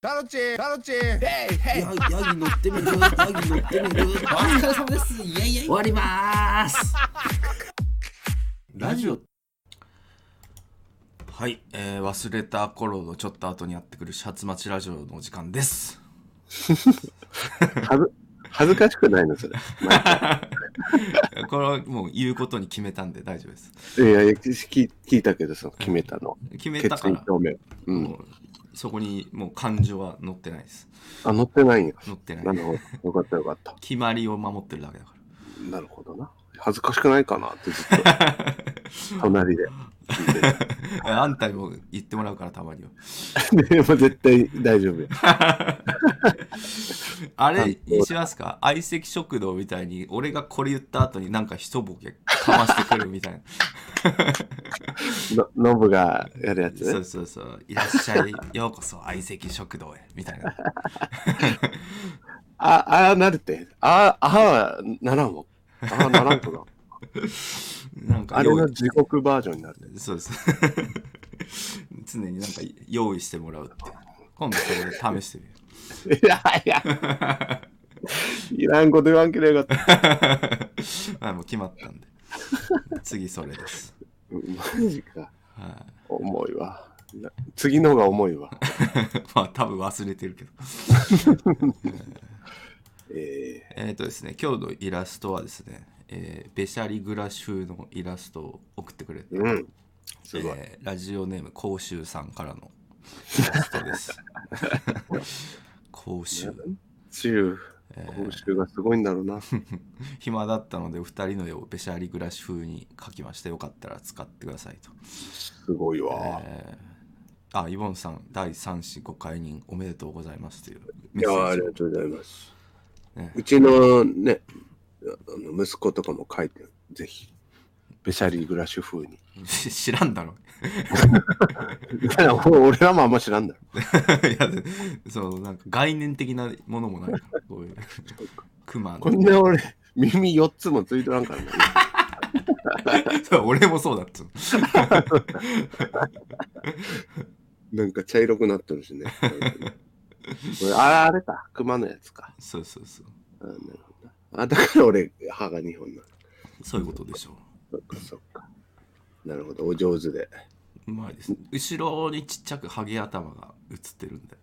タロチタロチヘイヘイヤヤギ乗ってみるヤギ乗ってみるお疲れ様ですイエイイエイ終わりまーすラジオはい、えー忘れた頃のちょっと後にやってくるシャツ待ちラジオのお時間です。はず恥ずかしくないのそれ。 これはもう言うことに決めたんで大丈夫です。いやいや聞聞いたけどその決めたの。決め決たか意ら表、明。うん。もうそこにもう感情は乗ってないです。あ乗ってないんや。乗ってな。ないるほど。よかったよかった。決まりを守ってるだけだかなるほどな。恥ずかしくないかなってずっ と隣で聞いてる。ら。あんたにも言ってもらうからたまには。でも絶対大丈夫や。あれ、しますか相席食堂みたいに俺がこれ言った後になんか一ボケかましてくるみたい な。のノブがやるやつそねう。そうそう。いらっしゃい。ようこそ相席食堂へ。みたいな。ああーなるって。ああはならんわ。ああならん とな。なんかあれ用意の地獄バージョンになるね。 そうです。 常になんか用意してもらうって。今度それで試してみる。いやいや。いらんこと言わんければよかった。 まあもう決まったんで。次それです。 うんマジか。はい重いわ。な次のが重 いわ。まあ多分忘れてるけど。えーえっとですね、今日のイラストはですね、えーベシャリグラシュのイラストを送ってくれて、うん。すごい。えーラジオネーム甲州さんからのイラスト です。甲州。中、えー今週が すごいんだろうな。暇だったのでお二人の絵をベシャリグラシュ風に描きましたよかったら使ってくださいと。すごいわ。えーあ、イボンさん、第3子ご解任おめでとうございますといういメッセや、ーあジりをがとうございますね。うちのね、あの息子とかも書いてる。ぜひ。ベシャリーグラッシュ風に。 知らんだろ。 いや 俺らもあんま知らんだろ。いや、そのなんか概念的なものもないから、こういう。クマこの。んな俺、耳4つもついてらんからね。そう俺もそうだっつうのなんか茶色くなってるしね。これ ああれか、熊のやつか。そうそうそう。あなるほどあだから俺、歯が2本なの。そういうことでしょそっかそっか。なるほど、お上手で。う。うまいです、ね。後ろにちっちゃくハゲ頭が映ってるんで、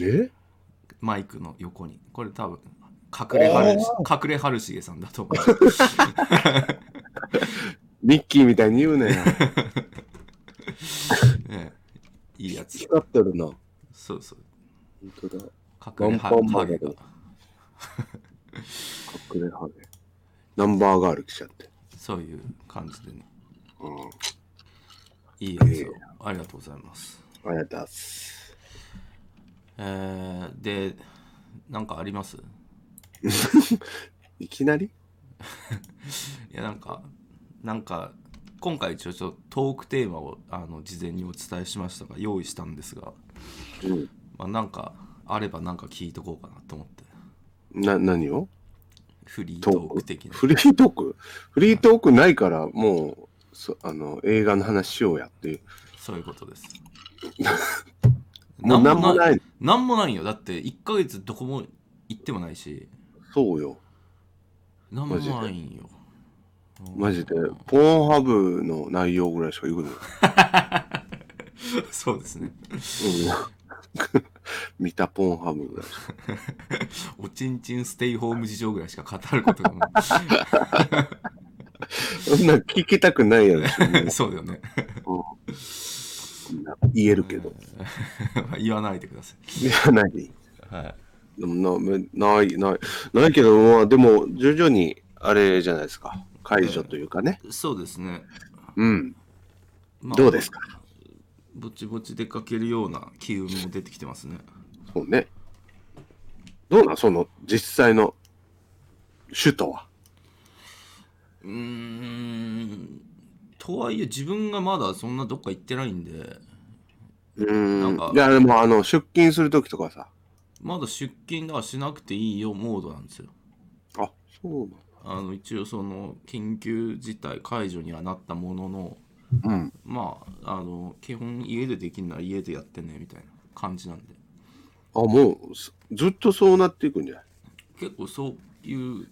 えマイクの横に。これ多分、隠れ春し隠れ春重さんだと思う。ミッキーみたいに言う ねん。ねいいやつ。光ってるな。本そうそう。当だ。隠れワ春ンパンマハンゲだが。隠れハゲ。ナンバーガール来ちゃって。そういう感じでね。うん。いいやつを、ありがとうございます。ありがとうございます。えー、で、なんかありますいきなりいや、なんか、なんか、今回一応ちょっとトークテーマをあの事前にお伝えしましたが、用意したんですが、うん。まあ、なんか、あればなんか聞いとこうかなと思って、な、何をフリートトーークク的な。フリートークフリートークないから、もう、そあの、映画の話しようやっていう。そういうことです。 もうなんもない。なんもないよ。だって、1ヶ月どこも行ってもないし、そうよ。なんもないんよ。マジで。ポーンハブの内容ぐらいしか言うことない。 そうですね。うん、 見たポーンハブぐらいしか。おちんちんステイホーム事情ぐらいしか語ることがもうそんなん聞きたくない やろ、そうだよね。 言えるけど。言わないでくださいや、ない。い。はい。でもなない、ない、ないけど、まあ、でも、徐々に、あれじゃないですか。解除というかね。そうですね。うん。まあどうですかぼちぼち出かけるような機運も出てきてますね。そうね。どうなんその、実際の、首都は。うーん。とはいえ自分がまだそんなどっか行ってないんで、うなんーかん。いや、でも、あの、出勤するときとかさ。まだ出勤だからしなくていいよモードなんですよ。あ、そうあの一応その緊急事態解除にはなったものの、なん。うん。まあ、あの基本家でできるなら家でやってねみたいな感じなんで。あ、もうすずっとそうなっていくんじゃない結構そういう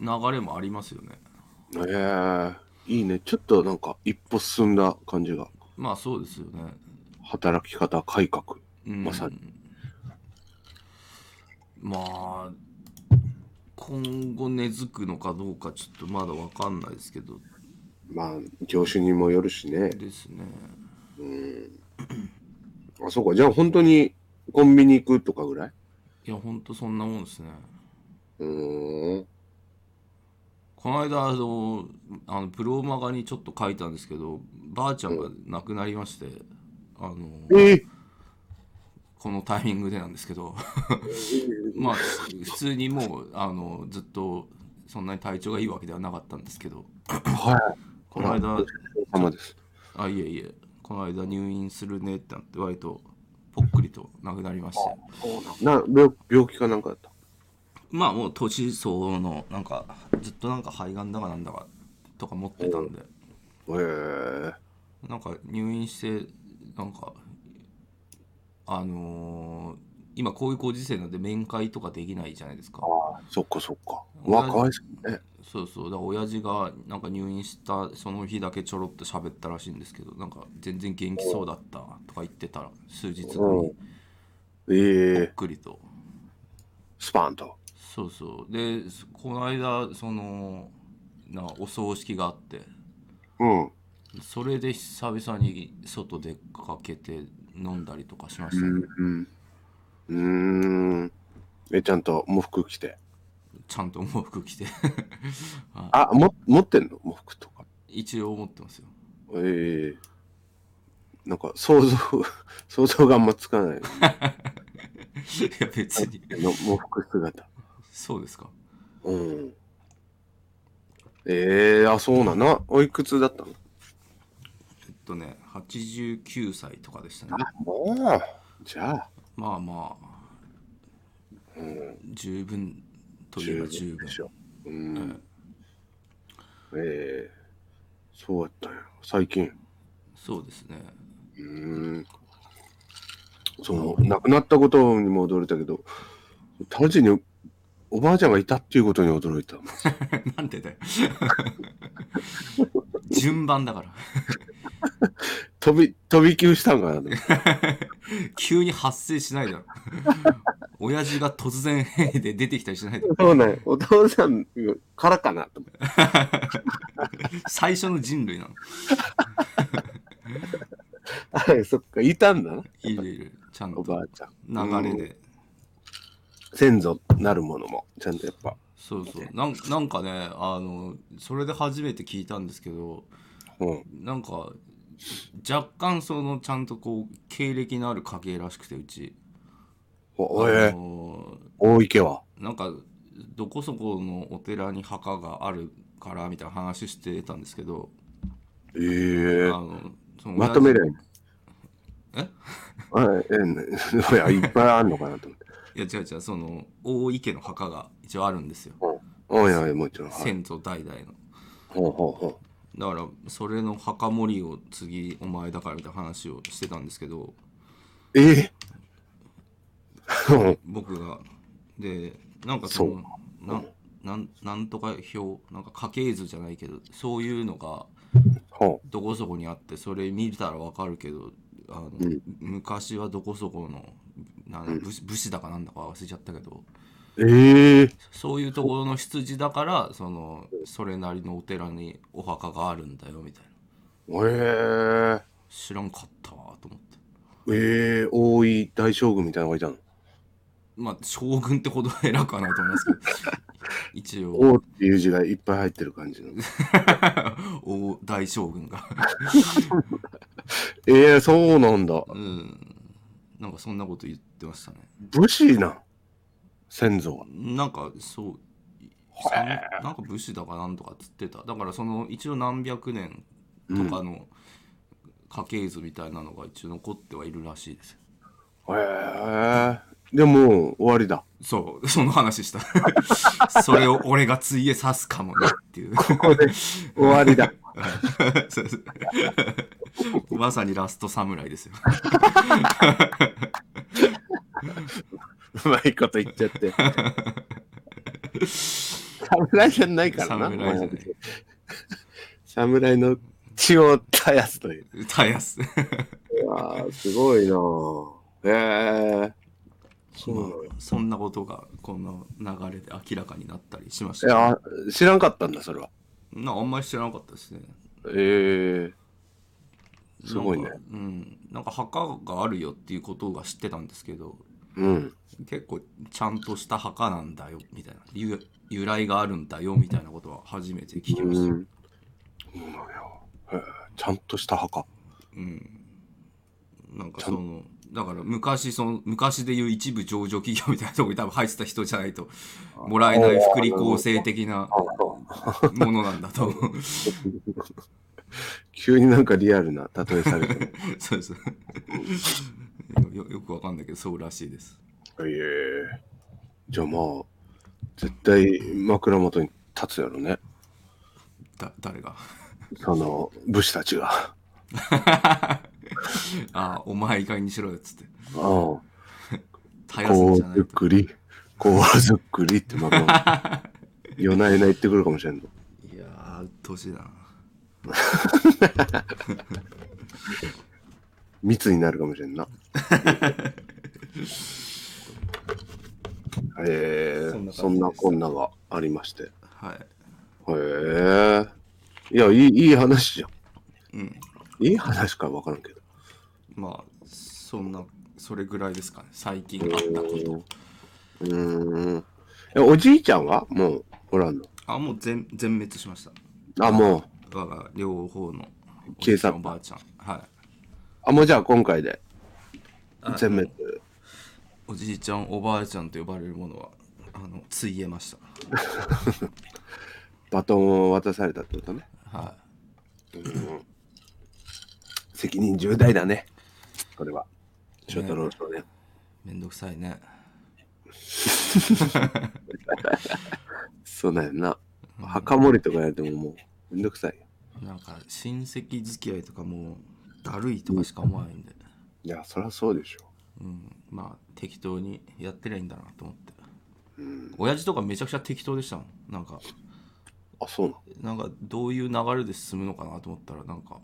流れもありますよねええいいね。ちょっとなんか一歩進んだ感じが。まあそうですよね、働き方改革。うん、まさにまあ今後根付くのかどうかちょっとまだわかんないですけどまあ、業種にもよるしね。ですねあ、そうか。じゃあ本当にコンビニ行くとかぐらいいやほんとそんなもんですねうーん。この間あのあのプロマガにちょっと書いたんですけどばあちゃんが亡くなりまして、あのええこのタイミングでなんですけどまあ普通にもうあのずっとそんなに体調がいいわけではなかったんですけどはい。この間様です。あいえいえこの間入院するねってなって割とぽっくりと亡くなりましてな病病気かなんかだった。まあもう年相応のなんかずっとなんか肺がんだかなんだかとか持ってたんでええなんか入院してなんかあのー今こういうご時世なんで面会とかできないじゃないですかあそっかそっか。うわ、かわいそうね。そうそうだから親父がなんか入院したその日だけちょろっと喋ったらしいんですけどなんか全然元気そうだったとか言ってたら数日後にええぽっくりとスパンと。そうそうでそこの間そのなお葬式があってうん。それで久々に外出かけて飲んだりとかしましたね、うん。うん。うーん。え、ちゃんと喪服着て。ちゃんと毛服着て あ、も持ってんの喪服とか。一応持ってますよええなんか想像、 想像があんまつかない。いや別にの喪服姿。そうですかうん。ええあ、そうなの。おいくつだったのえっとね89歳とかでしたねもう、じゃあ、まあまあうん、十分といえ十ば分十分でしょ。うん。うんええそうやったんや、最近。そうですね うーん。そう、亡くなったことにも驚いたけど、単純におばあちゃんがいたっていうことに驚いた。なんでだよ 順番だから飛び、飛び級したんかなと思って。急に発生しないだろ親父が突然変異で出てきたりしないだろそうね、お父さんからかなと思って。最初の人類なのはい、そっか、いたんだな、いるいるちゃんおとばあちゃん。流れで先祖なるものも、ちゃんとやっぱ。そうそうなんなんかねあのそれで初めて聞いたんですけどうん。なんか若干そのちゃんとこう経歴のある家系らしくてうち、おおあえの大池は。なんかどこそこのお寺に墓があるからみたいな話してたんですけど、ええあのそのまとめりゃいい。 えあええね いや、いっぱいあんのかな と思って。いや違う違うその大井家の墓が一応あるんですよおいおい、もちろん。はい先祖代々のほうほうほだからそれの墓守りを次お前だからみたいな話をしてたんですけどう。ええうん僕がでなんかそのそうななんなんとか表なんか家系図じゃないけどそういうのがほどこそこにあってそれ見たらわかるけどあの、うん昔はどこそこのなん武士武士だかなんだか忘れちゃったけどうええそういうところの出自だからそのそれなりのお寺にお墓があるんだよみたいなえ知らんかったわと思ってえええ大井大将軍みたいなのがいたの。まあ将軍ってほど偉くはないと思います けど一応王っていう字がいっぱい入ってる 感じの。大大将軍がええそうなんだ。うんなんかそんなこと言ってましたね武士なん。先祖は。なんかそうさんなんか武士だかなんとかっつってただからその一応何百年とかの家系図みたいなのが一応残ってはいるらしいですええでも、終わりだ。そうその話した それを俺がついえさすかもねって いうここで終わり だ。そうそうまさにラスト侍ですようまいこと言っちゃって。侍じゃないからな。侍じゃない侍の血を絶やすという。たやす。うわあすごいなあへえ。そうなのまあそんなことがこの流れで明らかになったりしました。いや、知らんかったんだ、それは。なあんまり知らなかったですね。ええすごいねなんかうん。なんか墓があるよっていうことが知ってたんですけど、うん。結構ちゃんとした墓なんだよみたいな由由来があるんだよみたいなことは初めて聞きました、ううんん。そうなのよ。へえちゃんとした墓。なんかそのだから昔その昔でいう一部上場企業みたいなとこに多分入ってた人じゃないともらえない福利厚生的なものなんだと思う 急になんかリアルな例えされてる。そうですよよよくわかんないけどそうらしいですいえじゃあまあ、絶対枕元に立つやろね。だ誰がその武士たちが。あああお前いい加減にしろよっつってあ。こ絶やすんうじゃないゆっとくり、こうずっくりって枕元。 夜な夜な言ってくるかもしれんの。いやーうっとうしいな密になるかもしれ んな。そんな感じでえー、すそんなこんながありまして。へはいえいや、いい、いい話じゃうんん。いい話かわからんけど。まあそんなそれぐらいですかね最近あうったことーん。え、おじいちゃんはもう、おらんの。あもう全全滅しましたあ、もう、我が両方の消え去おじいちゃったんおばあちゃんはいあ、もうじゃあ今回であ全滅。おじいちゃんおばあちゃんと呼ばれるものはあのついえましバトンを渡されたってことね。たは責任重大だね。これは。翔太郎少年。いめんどくさいねそうだよな。墓守りとかやれてももう、めんどくさいよ。なんか親戚付き合いとかもうだるいとかしか思わないんで、いや、そりゃそうでしょ。うん、まあ適当にやってりゃいいんだなと思って、親父とかめちゃくちゃ適当でしたもんなんかあ、そうなのなんかどういう流れで進むのかなと思ったらなんか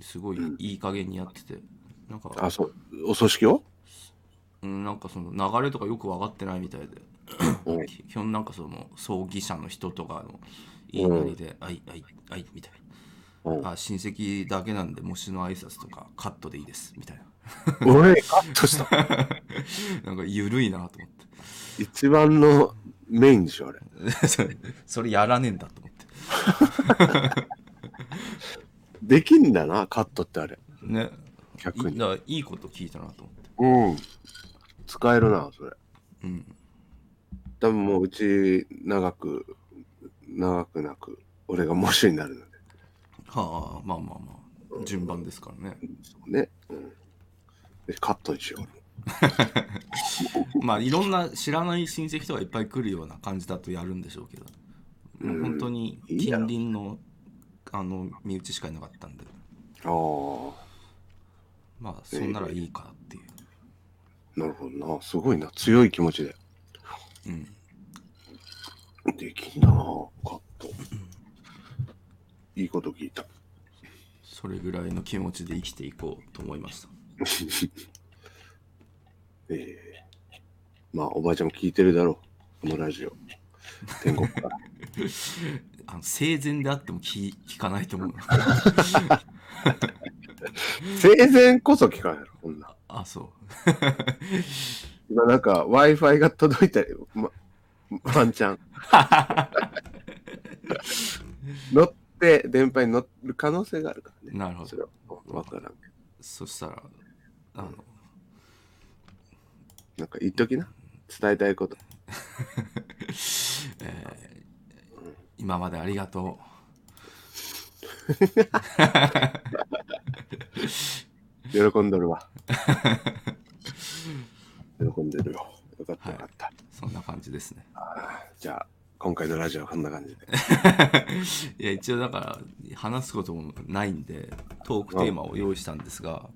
すごいいい加減にやってて、なんかあ、そう。お葬式をうんなんかその流れとかよく分かってないみたいでうんき基本なんかその葬儀社の人とかの言いなりで「あいあいあい」みたいうんな「あ親戚だけなんで模試の挨拶とかカットでいいです」みたいな おい、カットした。なんか緩いなと思っ 一番のメインでしょ、あれ。てそれ それやらねえんだと思ってできんだな、カットってあれ。ね逆いに。だからいいこと聞いたなと思ってうん。使えるな、それ。うん多分もううち、長く、長くなく、俺が模試になるので。はあまあまあまあ順番ですからねそうね。うん。でカットにしよまあいろんな知らない親戚とかいっぱい来るような感じだとやるんでしょうけど、もう本当にい近いやろ隣のあの身内しかいなかったんでう。ああまあそんならいいかっていう、、なるほどな。すごいな。強い気持ちで。うん、できんな、カット。いいこと聞いた。それぐらいの気持ちで生きていこうと思いましたええまあ、おばあちゃんも聞いてるだろう。このラジオ。天国から。あの生前であっても聞聞かないと 思う生前こそ聞かないの、こんな。あそう今なんか Wi-Fi が届いたよ。ま、ワンチャン。乗って、電波に乗る可能性があるからね。なるほそどれはわからんけど。そしたらあのなんか言っときな。伝えたいこと。今までありがと喜んどるわ。喜んでるよ。よかったよかった。うそんな感じですねじゃあ、今回のラジオはこんな感じで。いや一応だから話すこともないんでトークテーマを用意したんですが、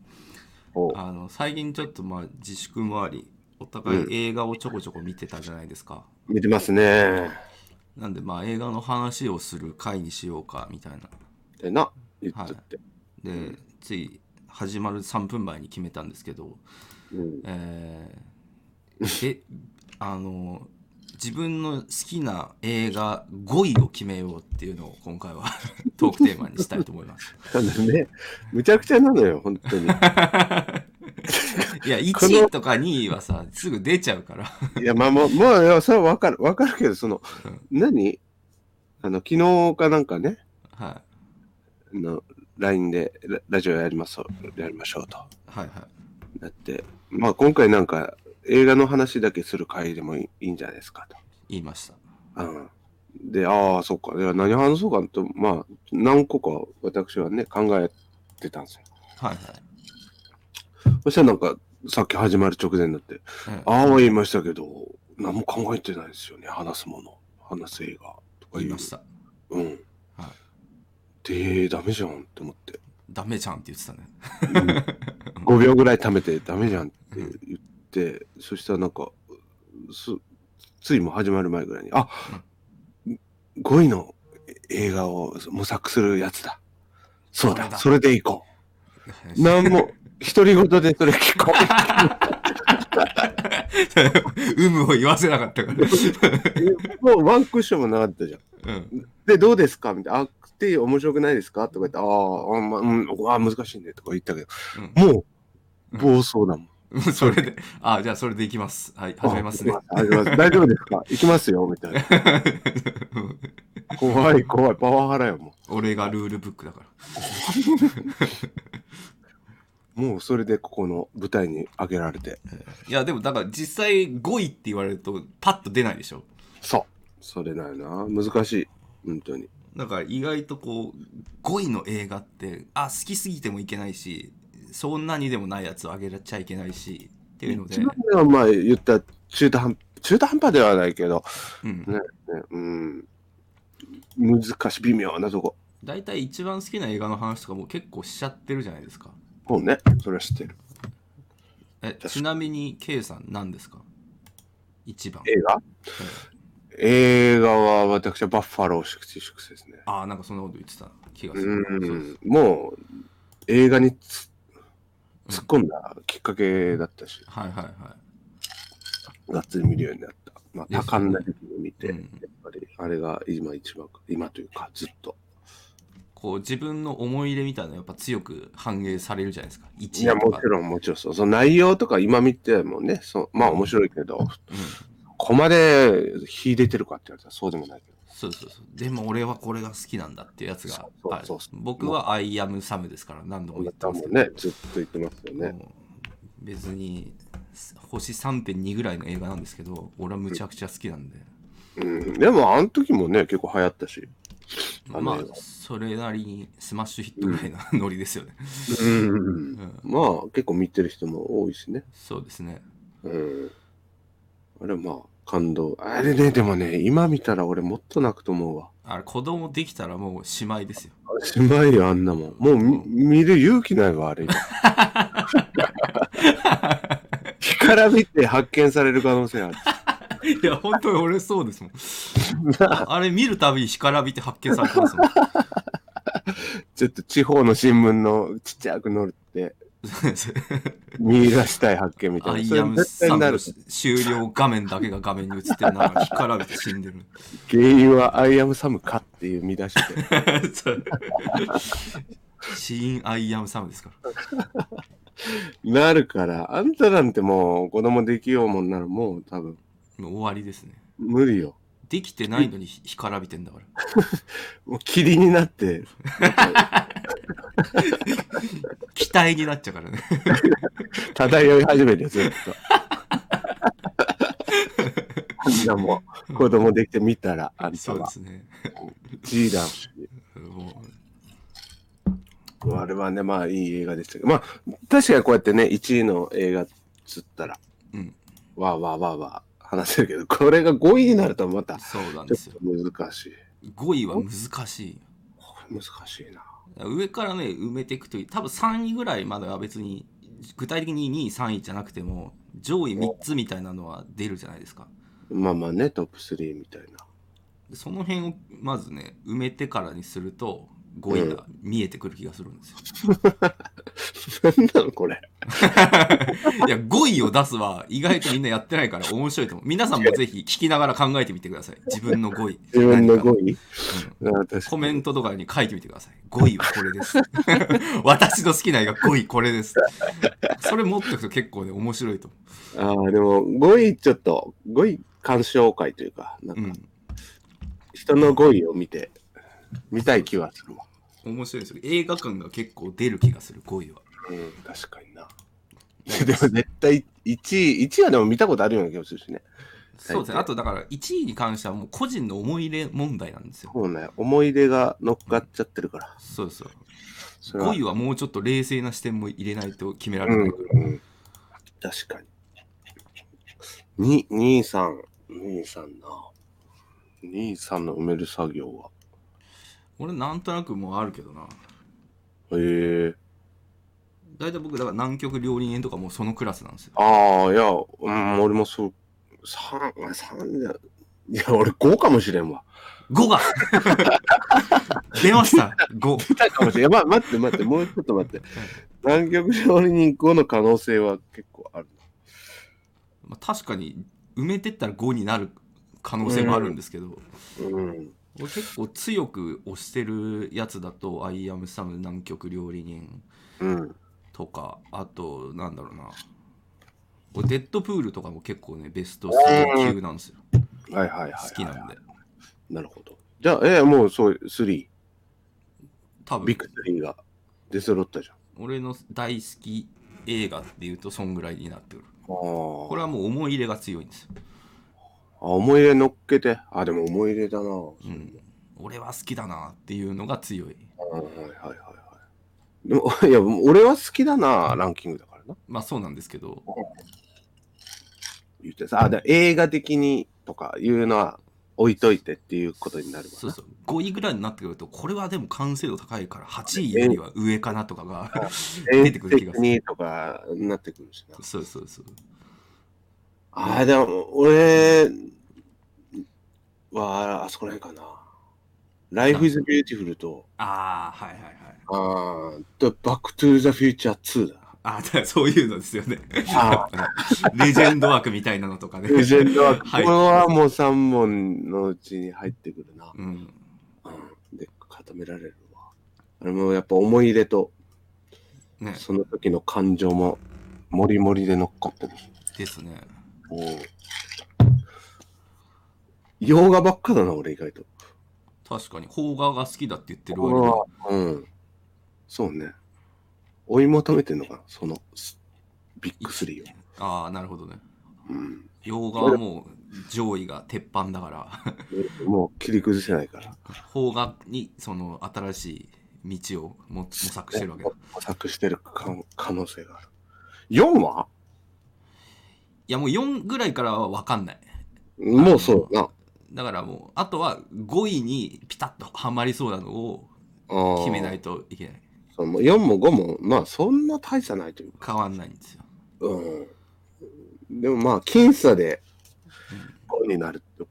おうあの最近ちょっとまあ自粛もありお互い映画をちょこちょこ見てたじゃないですか。見てますね。なんでまあ映画の話をする回にしようかみたいな。ってな、言っとって。でつい始まる3分前に決めたんですけど、うんえーえあの自分の好きな映画5位を決めようっていうのを今回は トークテーマにしたいと思い ます。ただね、むちゃくちゃなのよ、本当に。いや1位とか2位はさすぐ出ちゃうから。いや、まあ、まあ、まあいや、それはわかる、わかるけど、その、何あの、昨日かなんかね、はあの LINE でララジオやりますやりましょうと。いはいはい。だって、まあ今回なんか映画の話だけする回でもいいいいんじゃないですか言いました。と。うん、で、ああ、そっか。では何話そうかと、まあ何個か私はね、考えてたんですよ。はいはい。そしたらなんかさっき始まる直前になって、ええああは言いましたけど、何も考えてないですよね。話すもの、話す映画とか言言。いうました。うん。はいで、ダメじゃんって思って。ダメじゃんって言ってたね。 5秒ぐらい貯めてダメじゃんって言って、そしたらなんか、すついもう始まる前ぐらいに、あ、5位の映画を模索するやつだ。そうそれだ、だそれでいこ う。なんも、独り言でそれ聞こ 有無を言わせなかったから。え。 もうワンクッションもなかったじゃん。うん、で、どうですかみたいな。あ、って面白くないですかとか言って、あーあ、まあ、うん、あー難しいね。とか言ったけど、もう、暴走だもん。うん、それで、あじゃあそれでいきます。はい、始めますね。あ始めます大丈夫です か行きますよ、みたいな。怖い怖い、パワハラよ、も俺がルールブックだから。う。もうそれでここの舞台に上げられて。いや、でもだから実際5位って言われるとパッと出ないでしょ。そう。それだよな。難しい。本当に。だから意外とこう、5位の映画って、あ、好きすぎてもいけないし、そんなにでもないやつをあげちゃいけないし、っていうので一、番ではまあ言った中途半中途半端ではないけど、うん、ね、うん。難しい、微妙なとこ。大体一番好きな映画の話とかも結構しちゃってるじゃないですか。もうね、それは知ってる。えちなみに K さん何ですか一番。映画映画は私はバッファロー祝祝ですね。ああ、なんかそんなこと言ってた気がする。う。そうそうんもう映画につ突っ込んだきっかけだったし。はいはいはがっつり見るようになった。まあ、ですね多感な時期を見て、うんやっぱり、あれが今一番、今というか、ずっと。い。こう自分の思い入れみたいなのやっぱ強く反映されるじゃないですか。一い位や、ともかち。ろん、もちろんそう、その内容とか今見てもね、そうまあ面白いけど、ここまで秀でてるかって言われたらそうでもないけど。そうそうそう。でも俺はこれが好きなんだっていうやつがそうあるそうそう。僕は I am Sam ですから何度も言こんなってたますけもど。ね、ずっと言ってますよね。もう別に星3.2ぐらいの映画なんですけど、俺はむちゃくちゃ好きなんで。うん。でも、あの時もね、結構流行ったし。あまのあ映画、それなりにスマッシュヒットぐらいなノリですよね。うん。うんまあ、結構見てる人も多いしね。そうですね。うん。あれ、まあ、感動。あれね、でもね、今見たら俺もっと泣くと思うわ。あれ、子供できたらもうしまいですよ。しまいよ、あんなもん。もうみ見る勇気ないわ、あれ。干からびて発見される可能性ある。 いや、本当に俺そうですもん。 あれ見るたびに干からびて発見されてます もちょっと地方の新聞のちっちゃく載って、ん。見出したい発見みたアいな。イアム絶対さんなのる。終了画面だけが画面に映ってる中、 干からびて死んでる。原因はアイアムサムかっていう見出しで。そう死因アイアムサムですから。なるから、あんたなんてもう子供できようもんならもう多分もう終わりですね。無理よ。できてないのに干からびてんだから。もう霧になって、期待になっちゃう からね。漂い始めてずっと。あんなもう子供できてみたら、あんたそうではすね。 G だし。もうあれはね、まあいい映画でしたけど、まあ確かにこうやってね、1位の映画つったら、うんわあわあわあわあ話せるけど、これが5位になるとまたちそうなんょですっよと。難しい。 5位は難しい。これ難しいな。上からね埋めていくという多分3位ぐらいまでは別に具体的に2位3位じゃなくても上位3つみたいなのは出るじゃないですかまあまあね、トップ3みたいな。その辺をまずね埋めてからにすると5位が見えてくる気がするんですよ、なんなのこれ。いや5位を出すは意外とみんなやってないから面白いと思う皆さんもぜひ聞きながら考えてみてください自分の5位自分の5位、位うんあ確かにコメントとかに書いてみてください5位はこれです私の好きな映画5位これですそれ持ってくと結構ね面白いと思ああ、でも5位ちょっと、5位鑑賞会というか、なう、うんかん、人の5位を見て、見たい気はするわ。面白いですよ映画館が結構出る気がする5位はうん、確かにな。 でも絶対1位、1位はでも見たことあるような気がするしね。そうですねあとだから1位に関してはもう個人の思い入れ問題なんですよそうね、思い出が乗っかっちゃってるから。そうそうそれは5位はもうちょっと冷静な視点も入れないと決められうなんいから、うん、確かに。に、兄さん、兄さんな。兄さんの埋める作業は。俺なんとなくもうあるけどなへえ大体僕だから南極料理人とかもうそのクラスなんですよああ、いや、うん、俺もそう、三、三じゃ、いや、俺五かもしれんわ。 5が出ました5だかもしれん。いや、ま、待って待って、もうちょっと待って。南極料理人5の可能性は結構ある。まあ確かに埋めてったら5になる可能性もあるんですけど、うん。俺結構強く推してるやつだと「アイアムサム南極料理人うん。」とかあとなんだろうな俺デッドプールとかも結構ねベスト3級なんですよはいはいはい、はい。好きなんでなるほど。じゃあ、えーもうそう、3、多ビ分ッグ3が出揃ったじゃん。あ俺の大好き映画っていうとそんぐらいになってくるあ。ここれはもう思い入れが強いんですよ、あ、思い入れ乗っけて。あ、でも思い入れだな。う。ん、俺は好きだなっていうのが強いはいはいはいはい。でも、 いや、俺は好きだな、ランキングだからな。まあそうなんですけど言ってさ、あ、だから映画的にとかいうのは置いといてっていうことになるわそうな。そう5位ぐらいになってくるとこれはでも完成度高いから8位よりは上かなとかが出映てく画る的気がするにとかになってくるしな。 そうそうそうあ、でも、俺は、あそこら辺かな。Life is Beautiful と、ああはいはいはいあーと、Back to the Future 2だ。ああだからそういうのですよねあレジェンド枠みたいなのとかねーレジェンドは、こはいれはもう3本のうちに入ってくるな。うんうんで固められるわあれもやっぱ思い入れとねその時の感情ももりもりで乗っかってるですね洋画ばっかだな俺意外と確かに邦画が好きだって言ってる割にはうんそうね追い求めてんのかなそのスビッグスリーを、ああなるほどねうん、洋画はもう上位が鉄板だから もう切り崩せないから邦画にその新しい道をも模索してるわけだ模索してるか可能性がある4はいやもう4ぐらいからは分かんないもうそうだなだからもうあとは5位にピタッとはまりそうなのを決めないとといけない4も5もまあそんな大差ないというか変わんないんですようんでもまあ、僅差で5になるって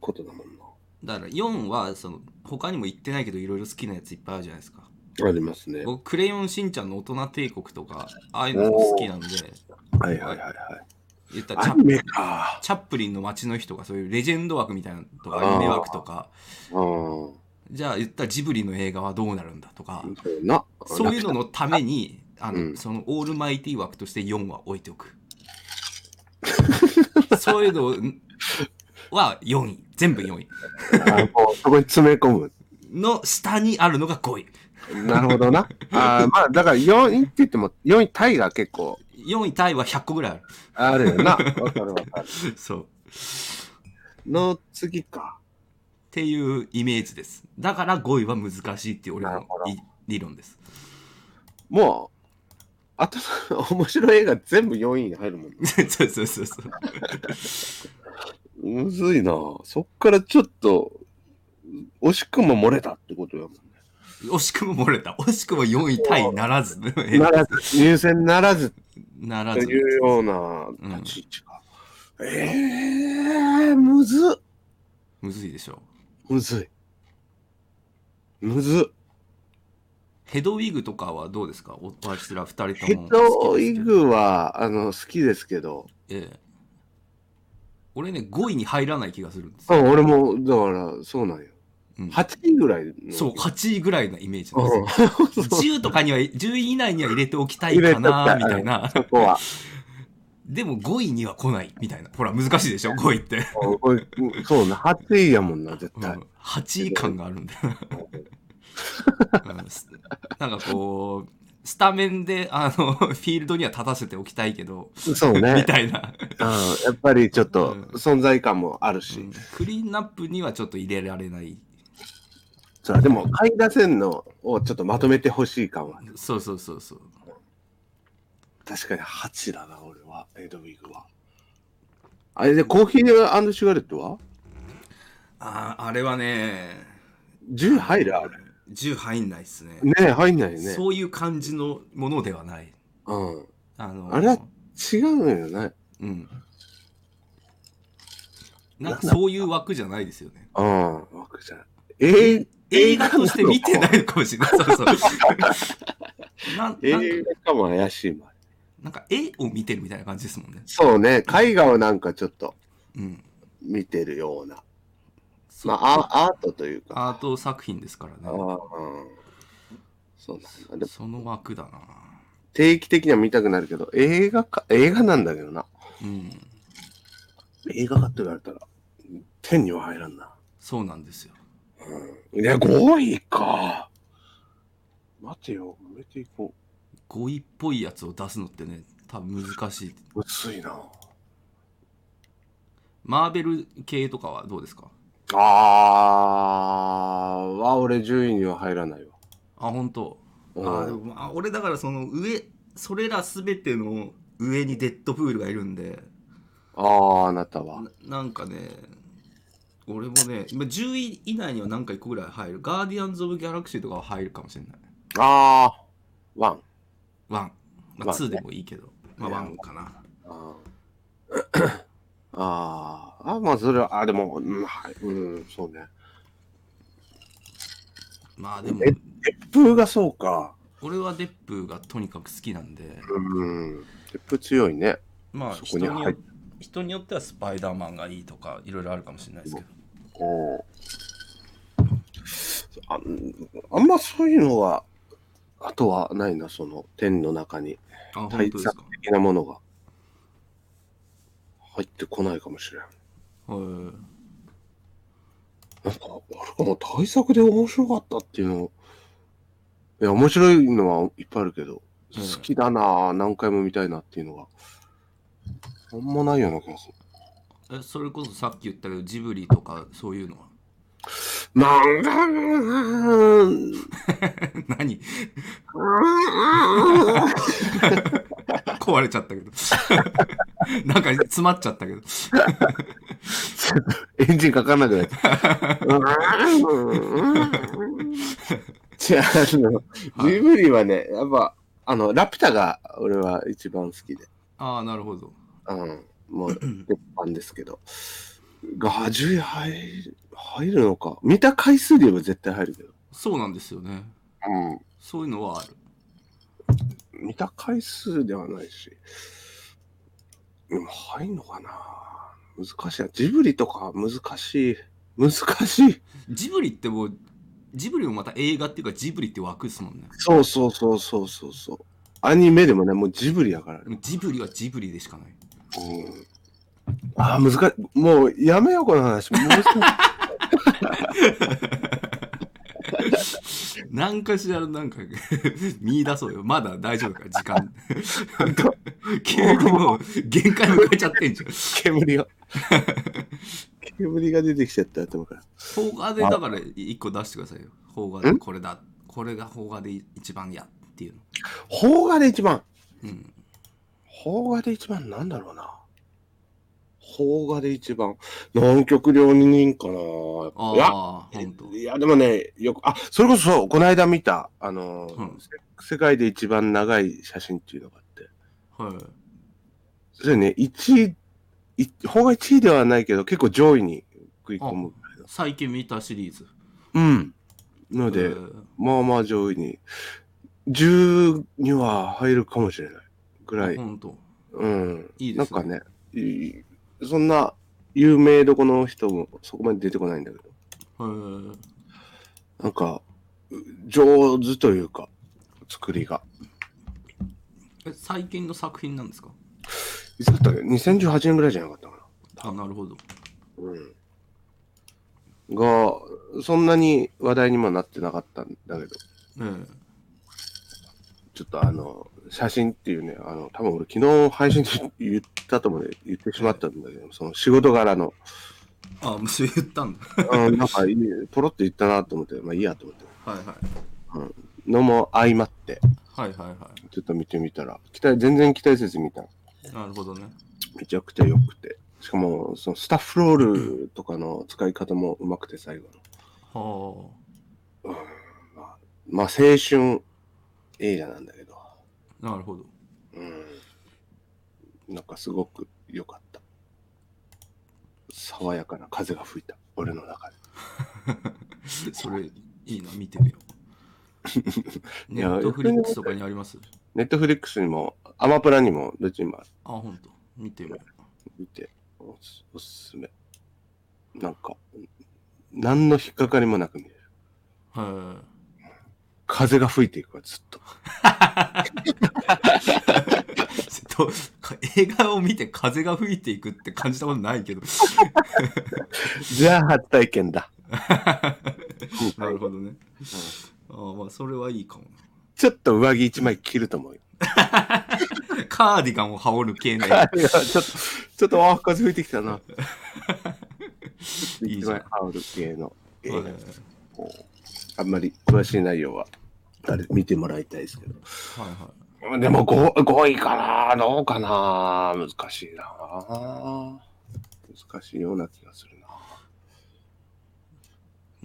ことだもんだから4はその他にも言ってないけどいろいろ好きなやついっぱいあるじゃないですかな。ありますね。は僕「クレヨンしんちゃんの大人帝国」とかああいうのも好きなんでいはいはいはい。言ったらチアャニッメか。チャップリンの街の日とかそういうレジェンド枠みたいなのとかアニメ枠とかうん。じゃあ言ったらジブリの映画はどうなるんだとか、そうな。そういうののためにあの、うんそのオールマイティ枠として4は置いてお くそういうのは4位全部4位あもうそこに詰め込む。の下にあるのが5位なるほどな。あーまあ、だから4位って言っても、4位タイが結構4位タイは100個ぐらいああるよな。わかるわかる。るそうっの次か。ていうイメージですだから5位は難しいっていう俺のい理論です もう、あと、面白い映画全部4位に入るもん。そうそうそうそうむずいな。そっからちょっと、惜しくも漏れたってことやもんね。惜しくも漏れた。惜しくも4位タイならず。ならず、入選ならずならとず。いうような立ち位置か。えー、むずっ むずいでしょ。むずい。むずっヘドウィグとかはどうですかおばあちら2人ヘとも好きですけど。ッドウィグは、あの、好きですけど、ええ。俺ね、5位に入らない気がするんですあよ。俺も、だから、そうなんよ。うん8位ぐらいの。そう、8位ぐらいのイメージなんですよ。うん。そう10とかには、10位以内には入れておきたいかな、みたいな。そこは。でも5位には来ない、みたいな。ほら、難しいでしょ ?5 位って。うんこれそうな、8位やもんな、絶う対。ん、8位感があるんだよなうんすなんかこうスタメンであのフィールドには立たせておきたいけど、そうねみ。たいな、うんやっぱりちょっとうん存在感もあるうしん。クリーンナップにはちょっと入れられないそうだでも、下位打線のをちょっとまとめてほしい感は。そうそうそうそう確かに8だな、俺は、エドウィグは。あれで、コーヒーシュガレットはあーあれはね ?10 入るあれ。 10入んないっすねねえ、入んないよね。そういう感じのものではないうん。あのあれは違うのよね。うんなんかそういう枠じゃないですよねうん。わかじゃない。えー映画として見てないのかもしれない。そうそう。なん映なんか画かも怪しいもん。なんか絵を見てるみたいな感じですもんね。そうね、絵画をなんかちょっとうん。見てるような。そうまあ、アアートというか。アート作品ですからああね。うんそうなんだ。でもその枠だな。定期的には見たくなるけど、映画か、映画なんだけどな。うん。映画かって言われたら、天には入らんな。そうなんですよ。いや、5位か。待てよ、埋めていこ語彙っぽいやつを出すのってね、多分難しい。う。薄いな。マーベル系とかはどうですかあーは、俺10位には入らないわ。あ、本当。あうんーでもまあ俺だからその上、それらすべての上にデッドプールがいるんで、ああ、あなたは。ななんかね俺もね今10位以内には何か1個ぐらい入るガーディアンズ・オブ・ギャラクシーとかは入るかもしれないああ、ワン。ワンまあワンね2でもいいけど、まあワンかなあーあー、あまあ、それは、あ、でも、うん、はい、うん、そうね。まあでもえ風がそうか。俺はデップがとにかく好きなんでうん。鉄風強いね。まあそ人こにによ入っ人によってはスパイダーマンがいいとかいろいろあるかもしれないですけどおーああんまそういうのは、あとはないな、その点の中にあ本対当です策か的なものが入ってこないかもしれん。はいなんか、俺も対策で面白かったっていうの。いや、面白いのはいっぱいあるけど、うん好きだなぁ、何回も見たいなっていうのが、あんまないような気がする。えそれこそさっき言ったけどジブリとかそういうのは なんだうーん何壊れちゃったけど なんか詰まっちゃったけどエンジンかかんなくなっちゃううーん。じゃあ、あの、はいジブリはね、やっぱ、あの、ラピュタが俺は一番好きで、ああ、なるほど。うん、も う、鉄板ですけど、が、10位入る、入るのか。見た回数で言えば絶対入るけど。そうなんですよね。そういうのはある。うん。見た回数ではないし、でも入んのかな難しいな。ジブリとか難しい。難しい。ジブリってもう、ジブリもまた映画っていうか、ジブリって枠ですもんね。そうそうそうそうそうそう。アニメでもね、もうジブリやからね。でもジブリはジブリでしかない。うん、ああ、難しい。もうやめよう、この話。もう少し何かしらなんか 見出そうよ。まだ大丈夫か、時間。 急にもう限界迎えちゃってんじゃん。煙 が。煙が出てきちゃった、頭から。邦画でだから一個出してくださいよ。邦画でこれだ。これが邦画で一番やっていうの。邦画で一番。うん。邦画で一番なんだろうな。邦画で一番。南極料理人かなあいやあ、本当。いや、でもね、よく、あ、それこそ、この間見た、あのー、うんせ世界で一番長い写真っていうのがあって、はい。それね、1位、ほが1位ではないけど、結構上位に食い込むぐらいの。最近見たシリーズ。うん。ので、えーまあまあ上位に、10には入るかもしれないぐらい。本当。うん。いいでなんすねかね、いそんな有名どこの人もそこまで出てこないんだけど、えーなんか、う上手というか、作りが。え最近の作品なんですかいつだったっけ ?2018 年ぐらいじゃなかったかな。あ、なるほど。うん。が、そんなに話題にもなってなかったんだけど、えーちょっとあの、写真っていうね、あの、多分俺昨日配信で言ったと思うね、言ってしまったんだけど、その仕事柄の、あ、もうそれ言ったんだ。うん、なんかいい、ポロっと言ったなと思って、まあいいやと思って、はいはい。のも相まって、はいはいはい。ちょっと見てみたら、期待、全然期待せず見た。なるほどね。めちゃくちゃ良くて。しかも、そのスタッフロールとかの使い方もうまくて、最後の。はまあ、青春映画なんだけど、あ、なるほど。うん。なんかすごく良かった。爽やかな風が吹いた、俺の中で。 それ、いいな、見てみよう。いネやットフリックスとかにありますネットフリックスにも、アマプラにも、どっちにもあ、本当。見てみよ見て、おすおすすめ。なんか、何の引っかかりもなく見れる。う。は風が吹いていくわ、ずっと。い。とか映画を見て風が吹いていくって感じたことないけど。じゃあ、初体験だ。 なるほどね。あまあ、それはいいかもな。ちょっと上着一枚着ると 思うよ。カーディガンを羽織る系ね。いやちょっと、ちょっと、ああ、風吹いてきたな。 いい一じゃん枚羽織る系の映画はいですあんまり詳しい内容は、あれ、見てもらいたいですけど。はでも5、5位かなどうかな難しいな難しいような気がするな。い。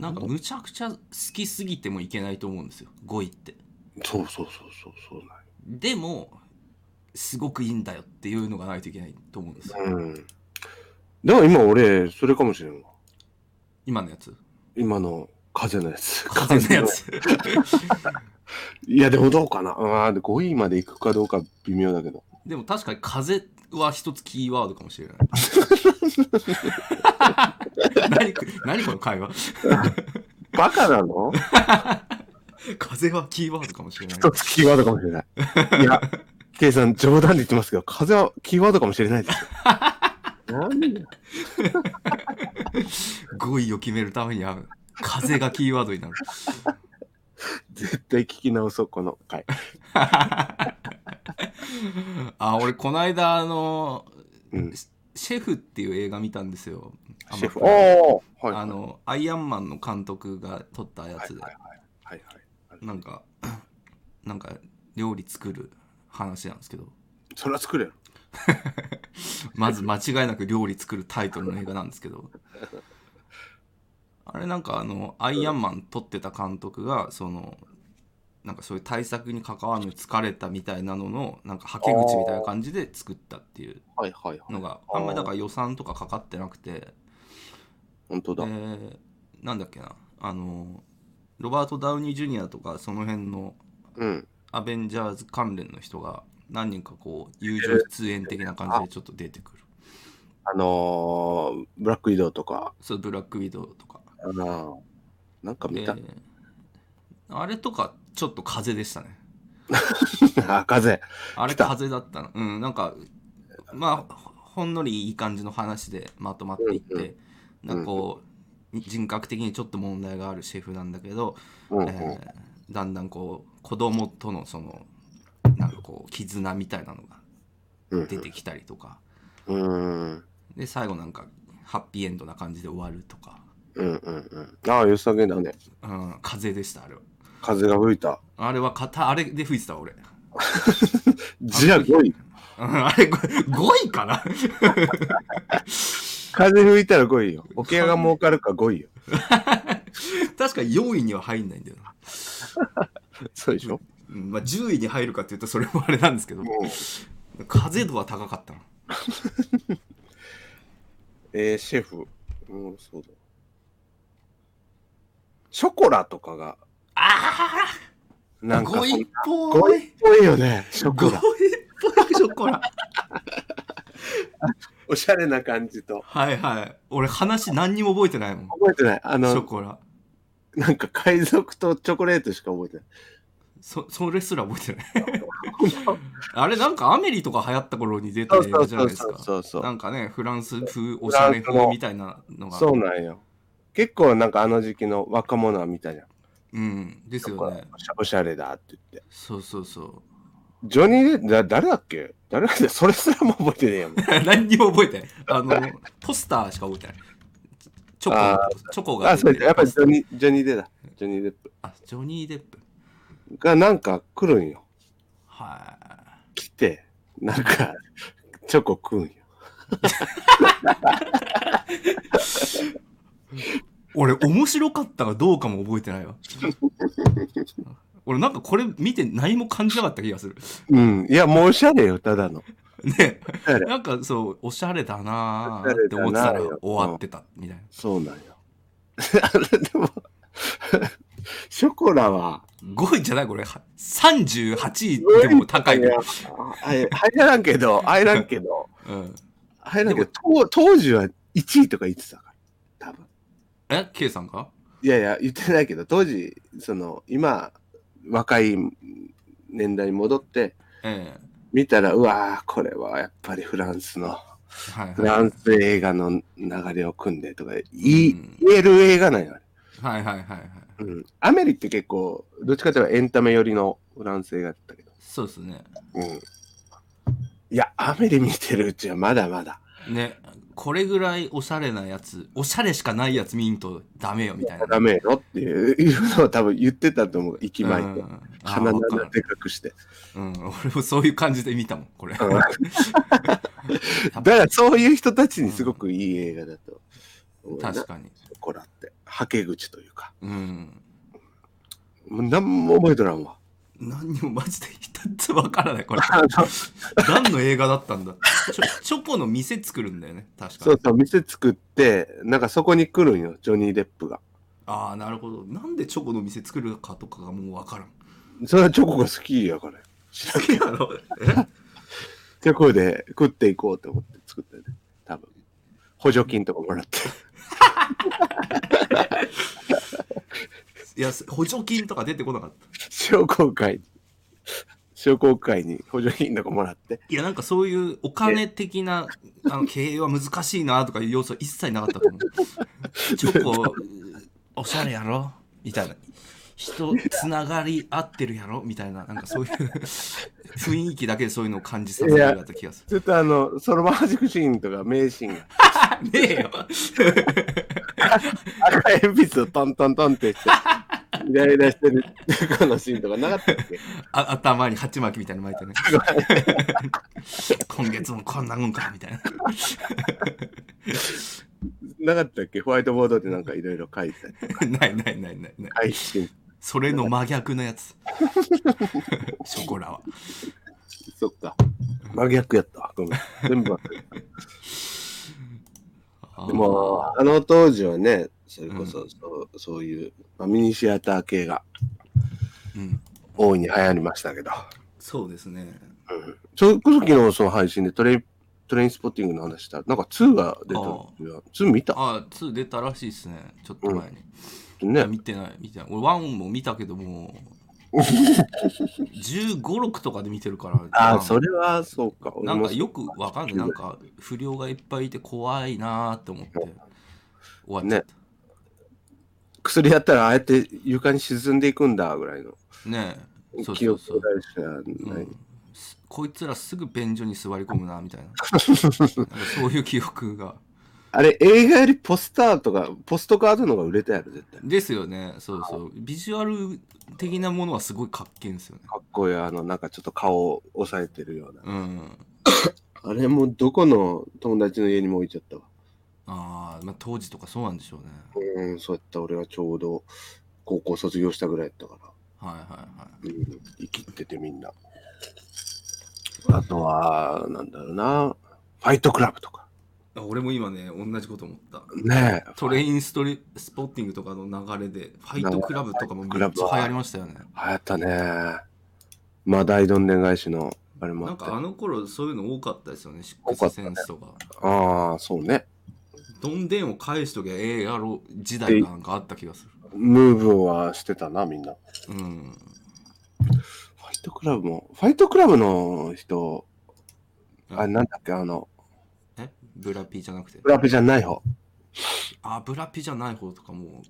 なんか、むちゃくちゃ好きすぎてもいけないと思うんですよ。5位って。そうそうそうそう、そうなんよでも、すごくいいんだよっていうのがないといけないと思うんですよ。うん。でも今俺、それかもしれんわ。今のやつ。今の風のやつ。風のやつ。いや、でもどうかな。あー5位まで行くかどうか微妙だけど。でも確かに風は一つキーワードかもしれ ない。何こ何この会話バカなの風はキーワードかもしれない。 一つキーワードかもしれない。いや、ケイさん、冗談で言ってますけど、風はキーワードかもしれないです よ。なんで語彙を決めるためには風がキーワードになる。絶対聞き直そう、この回。あ、俺この間あの、うんシェフっていう映画見たんですよ。シェフ。あのおーはい。あの、アイアンマンの監督が撮ったやはいつで、はいはい。はいはい。なんか、なんか料理作る話なんですけど、それは作れる。まず間違いなく料理作るタイトルの映画なんですけどあれなんかあのアイアンマン撮ってた監督がそのなんかそういう対策に関わるの疲れたみたいなののなんかはけ口みたいな感じで作ったっていうはいはいはい。のがあんまりだから予算とかかかってなくて本当でだ。なんだっけなあのロバート・ダウニー・ジュニアとかその辺のうん。アベンジャーズ関連の人が何人かこう友情出演的な感じでちょっと出てくるあのー、ブラック移動とか、そうブラック・ウィドウとかあのーなんか見た。えーあれとかちょっと風でしたね。あ、風。あれ来た風だったの。うん、なんか、まあ、ほほんのりいい感じの話でまとまっていって、うんなんかこう、人格的にちょっと問題があるシェフなんだけど、うんうえん。ーだんだんこう、子供とのその、なんかこう、絆みたいなのうんうがん出てきたりとか、うん。で、最後なんか、ハッピーエンドな感じで終わるとか、うんうんうん。ああ、良さげだね。うん、風でした、あれは。風が吹いた。あれは、かたあれで吹いてた、俺。じゃあ5位。あれ5位かな風吹いたら5位よ。桶屋が儲かるか5位よ。確か4位には入んないんだよな、そうでしょうんまあ、10位に入るかっていうとそれもあれなんですけど風度は高かったなえー、シェフ。うん、そうだ。ショコラとかが、あなあんかこん、 5位っぽ5い位っぽいよね。ショ5コ位っラ。ぽいショコラおしゃれな感じと。はいはい俺話何にも覚えてないもん覚えてない。あショの、コラなんか海賊とチョコレートしか覚えてない。そそれすら覚えてない あれなんかアメリとか流行った頃に出たそう映そ画うじゃないそうですかそうそう。なんかねフランス風おしゃれ風みたいなのがそうなんよ。結構なんかあの時期の若者は見たじゃん。うんですよねおしゃおしゃれだって言って。そうそうそうジョニー・デップだ誰だっけ誰だっけそれすらも覚えてねえよ。 何にも覚えてない。あの、ポスターしか覚えてない。チョあコ、チョコが。あ、そうやっぱりジョー。ニー・ジョニー・デップだ。ジョニー・デップあ、ジョニー・デップ。がなんか来るんよ。は来て、なんか、 チョコ食うんよ。い。俺、面白かったかどうかも覚えてないわ。 俺、なんかこれ見て何も感じなかった気がする。うん。いや、もうおしゃれよ、ただの。ねおしゃれなんかそう、おしゃれだなーって思ってたらおしゃれだなー終わってた、みたいな。そうなんよ。 あれ、でも、 ショコラは、 5位じゃないこれ、は38位でも高いね。やあれ入らんけど、入らんけど、うん。入らんけど、当当時は1位とか言ってたから、多分。え、K さんかいやいや、言ってないけど、当時、その、今、若い年代に戻って、え見たら、うわーこれはやっぱりフランスの、えはいフはラい。ンス映画の流れを組んでとか、いうん言える映画なんよ、あはれいはいはいはい。うん。アメリって結構、どっちかというとエンタメ寄りのフランス映画だったけど。そうですね。うん。いや、アメリ見てるうちはまだまだ。ねこれぐらいおしゃれなやつおしゃれしかないやつ見んとダメよみたいなダメよっていういうのを多分言ってたと思う、息うんあ巻いて。ー鼻わのか穴るでかくして。うん俺もそういう感じで見たもんこれうんだからそういう人たちにすごくいい映画だと思うな。確かにこらって。はけ口というか。うんもう何も覚えとらんわ。何にもマジで一つわからないこれ何の映画だったんだチョチョコの店作るんだよね確かそうにそう、店作って、なんかそこに来るんよ、ジョニー・デップが。ああなるほどなんでチョコの店作るかとかがもうわからんそれはチョコが好きやから。知ら好んきなのチョコで食っていこうと思って作ったね。多分。補助金とかもらって。いや補助金とか出てこなかった商工会に。商工会に補助金とかもらって。いやなんかそういうお金的なあの経営は難しいなとかいう要素は一切なかったと思 う。チョコおしゃれやろみたいな。人つながり合ってるやろみたいななんかそういう雰囲気だけでそういうのを感じさせるようになった気がする。ちょっとあの、そのまま塾シーンとか名シーンが。ねえよ。赤い鉛筆をトントントンってして、イライラしてるこのシーンとかなかったっけあ頭に鉢巻きみたいなの 巻いてね。今月もこんなもんかみたいな。なかったっけホワイトボードでなんかいろいろ書いたり。 ないないないないない。配信。それの真逆のや つ。ショコラは。そっか。真逆やったわ。ごめん。全部忘れたでもあの当時はね、それこそそう,、そういう、まあ、ミニシアター系がうん、大いに流行りましたけど、そうですね。それこそ昨日その配信でトレイトレインスポッティングの話したら、なんか2が出たっていう。2見たっあ2出たらしいですねちょっと前に、ていねや。見てない見てない俺1も見たけど も1 5 6とかで見てるからあまあ、それはそうか。俺なんもかよくわかんないなんか不良がいっぱいいて怖いなーって思って終わっちゃっ薬やったらああやって床に沈んでいくんだぐらいのたねえそう記そう憶そう、大事じゃうない。ん、すこいつらすぐ便所に座り込むなみたいななんかそういう記憶が あれ、映画よりポスターとか、ポストカードの方が売れたやろ、絶対。ですよねそうそうビジュアル的なものはすごいかっけえんですよねかっこいい、あの、なんかちょっと顔を押さえてるような。うんあれもどこの友達の家にも置いちゃったわ。ああ、まあ、当時とかそうなんでしょうね。うん、そうやった俺はちょうど高校卒業したぐらいやったから。はいはいはい。うん、生きててみんな。あとは、なんだろうな。ファイトクラブとか。あ俺も今ね、同じこと思った。ねえ。トレインストリスポッティングとかの流れで、ファイトクラブとかもめっちゃ流行りましたよね。流行ったね。まあ、大どんでん返しの、あれもなあんって。かあの頃そういうの多かったですよね、シック多かっスセたねンスとか。ああ、そうね。どんでんを返しときゃええやろ時代がなんかあった気がすムーブはしてたな、みんな。る。うん。ファイトクラブも、ファイトクラブの人、あれあなんだっけ、あの、えブラピじゃなくてク。ラブじゃない方。あ、ブラピじゃない方とかも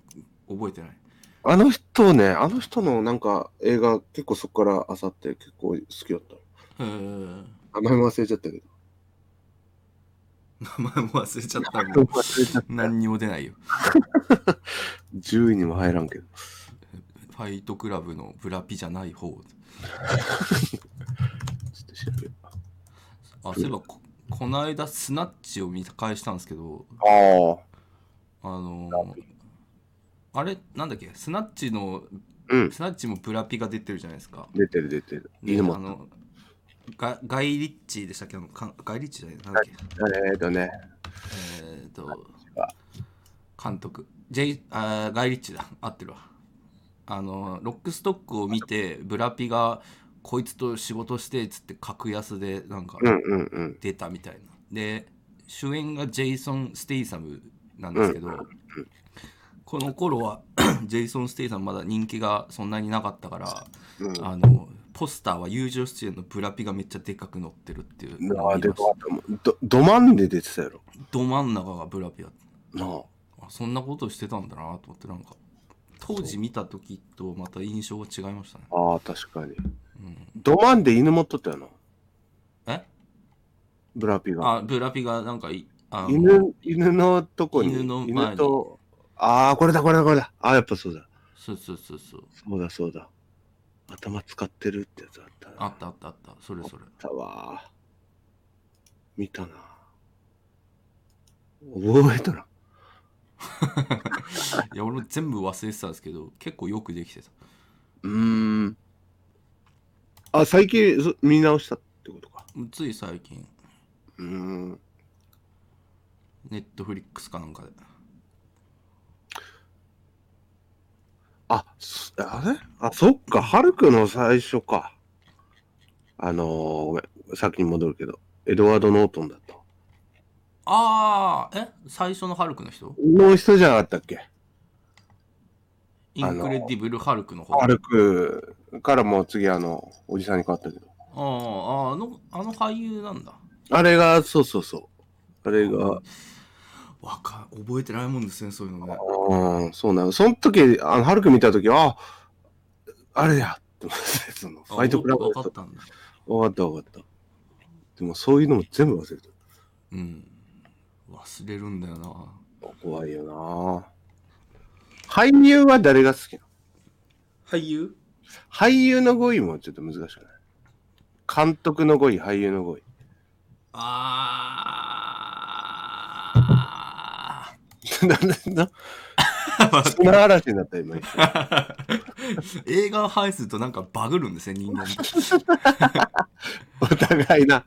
う覚えてない。あの人ね、あの人のなんか映画、結構そこからあさって結構好きだった。へえ。名前も忘れちゃったけど。名前も忘れちゃったもん。何にも出ないよ。 10位にも入らんけど。ファイトクラブのブラピじゃない方。ちょっと調べようあ、そういえばこ、この間スナッチを見返したんですけど、ああのーあれなんだっけスナッチの、うんスナッチもブラピが出てるじゃないですか。あ、出てる出てる。で犬あも。のガガイ・リッチーでしたっけあのかガイ・リッチーじゃないなんだっけ、えーっとね、えっ、と、監督。ジェイあーガイ・リッチーだ。合ってるわ。あの、ロックストックを見て、ブラピがこいつと仕事してっつって格安でなんかうんうんうん。出たみたいな。で、主演がジェイソン・ステイサムなんですけど、この頃は ジェイソン・ステイサムまだ人気がそんなになかったから、うんあの、ポスターは友情出演のブラピがめっちゃでかく載ってるっていうのがああ、見でまかしかったもんど、ど真んで出てたやろ。たど真ん中がブラピだった。なあ。あそんなことしてたんだなと思ってなんか当時見た時とまた印象が違いましたね、ああ、確かに。うん、ど真んで犬持っとったよな。えブラピが。あブラピがなんかいあの犬、犬のとこに。犬の前にと。ああ、これだこれだこれだ。ああ、やっぱそうだ。そうそうそうそうそうだそうだ。頭使ってるってやつあったな。あったあったあったそれそれあったわー。見たな。覚えとらん。いや俺も全部忘れてたんですけど結構よくできてたうーん。あ、最近そ見直したってことか。つい最近うーん。ネットフリックスかなんかであ、すあれあ、そっか。ハルクの最初か。あのー、ごめん。先に戻るけど。エドワード・ノートンだった。ああえ最初のハルクの人の人じゃなかったっけインクレディブルハルクの方ハルクからもう次あの、おじさんに変わったけど。あーあのあの俳優なんだあれが、そうそうそう。あれが、わか覚えてないもんですねそういうのねうん、そうなの。その時、あの、ハルク見た時、あ、あれや、 って思って、その、ファイトクラブあのわ人かったんだわかったわかった。でもそういうのも全部忘れてる。うん忘れるんだよな怖いよな俳優は誰が好きなの俳優俳優の語彙もちょっと難しくない監督の語彙、俳優の語彙。あ なんで な砂嵐になった今一瞬ー映画配するとなんかバグるんですね人間ってお互 いな。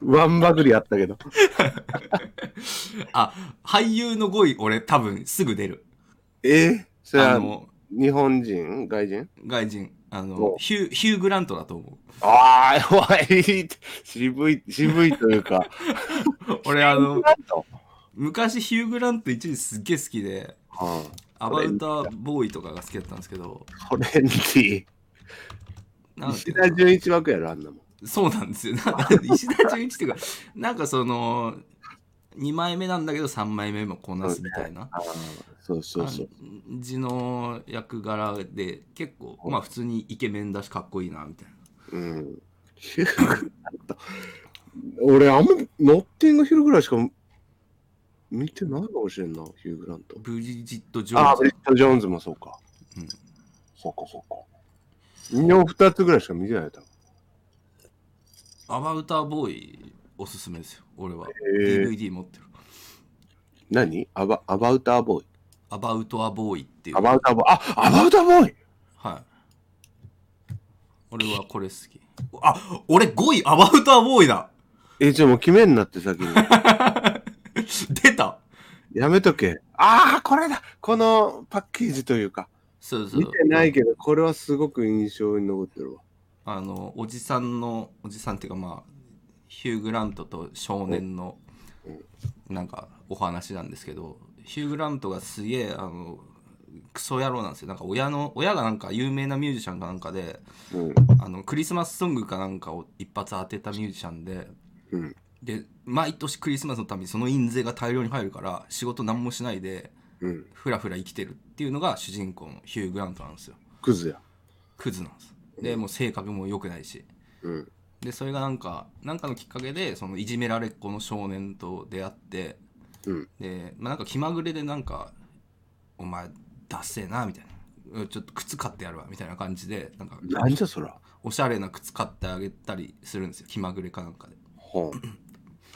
ワンバグりあったけど。あ俳優の語彙俺多分すぐ出るえー、それあはの日本人外人外人あのおヒューヒュー・グラントだと思ああ、怖い。渋い、渋いという か。う俺あのなんと昔ヒュー・グラント一時すっげえ好きでうんアバウターボーイとかが好きだったんですけどトレンディなんてい石うの田純一枠やろ、あんなもん。そうなんですよ。なん か石田純一っていうか、なんかその、2枚目なんだけど3枚目もこなすみたいなああ、そうそう感そう。じの役柄で、結構、まあ普通にイケメンだしかっこいいなみたいな。うん。ヒルグラント俺、あんま、ノッティングヒルぐらいしか見てないかもしれんな、ヒュー・グラント。ブリジット・ジョああ、ーブンリズッ。ト・ジョーンズもそうか。うんそうか、そうか。の二つぐらいしか見てないよ多分アバウターボーイおすすめですよ俺は、へー DVD 持ってる何アバアバウターボーイ。アバウトアボーイっていうアバウターボーイ。あアバウターボーイはい俺はこれ好きあ俺5位アバウターボーイだ え、じゃあもう決めんなって 先に。出たやめとけ。ああ、これだこのパッケージというか。そうそう見てないけど、これはすごく印象に残ってるわ。あのおじさんのおじさんっていうかまあヒュー・グラントと少年のなんかお話なんですけどヒュー・グラントがすげえあのクソ野郎なんですよなんか親の親がなんか有名なミュージシャンかなんかでうん。あのクリスマスソングかなんかを一発当てたミュージシャンでうん。で毎年クリスマスのためにその印税が大量に入るから仕事何もしないでうん。ふらふら生きてるっていうのが主人公のヒュー・グラントなんですよクズや。クズなんですでもう性格も良くないしうん。でそれがなんかなんかのきっかけでそのいじめられっ子の少年と出会ってうん。で、まあ、なんか気まぐれでなんか「お前ダッセーな」みたいなうん「ちょっと靴買ってやるわ」みたいな感じでなんかなんじゃそら。おしゃれな靴買ってあげたりするんですよ気まぐれかなんかでほ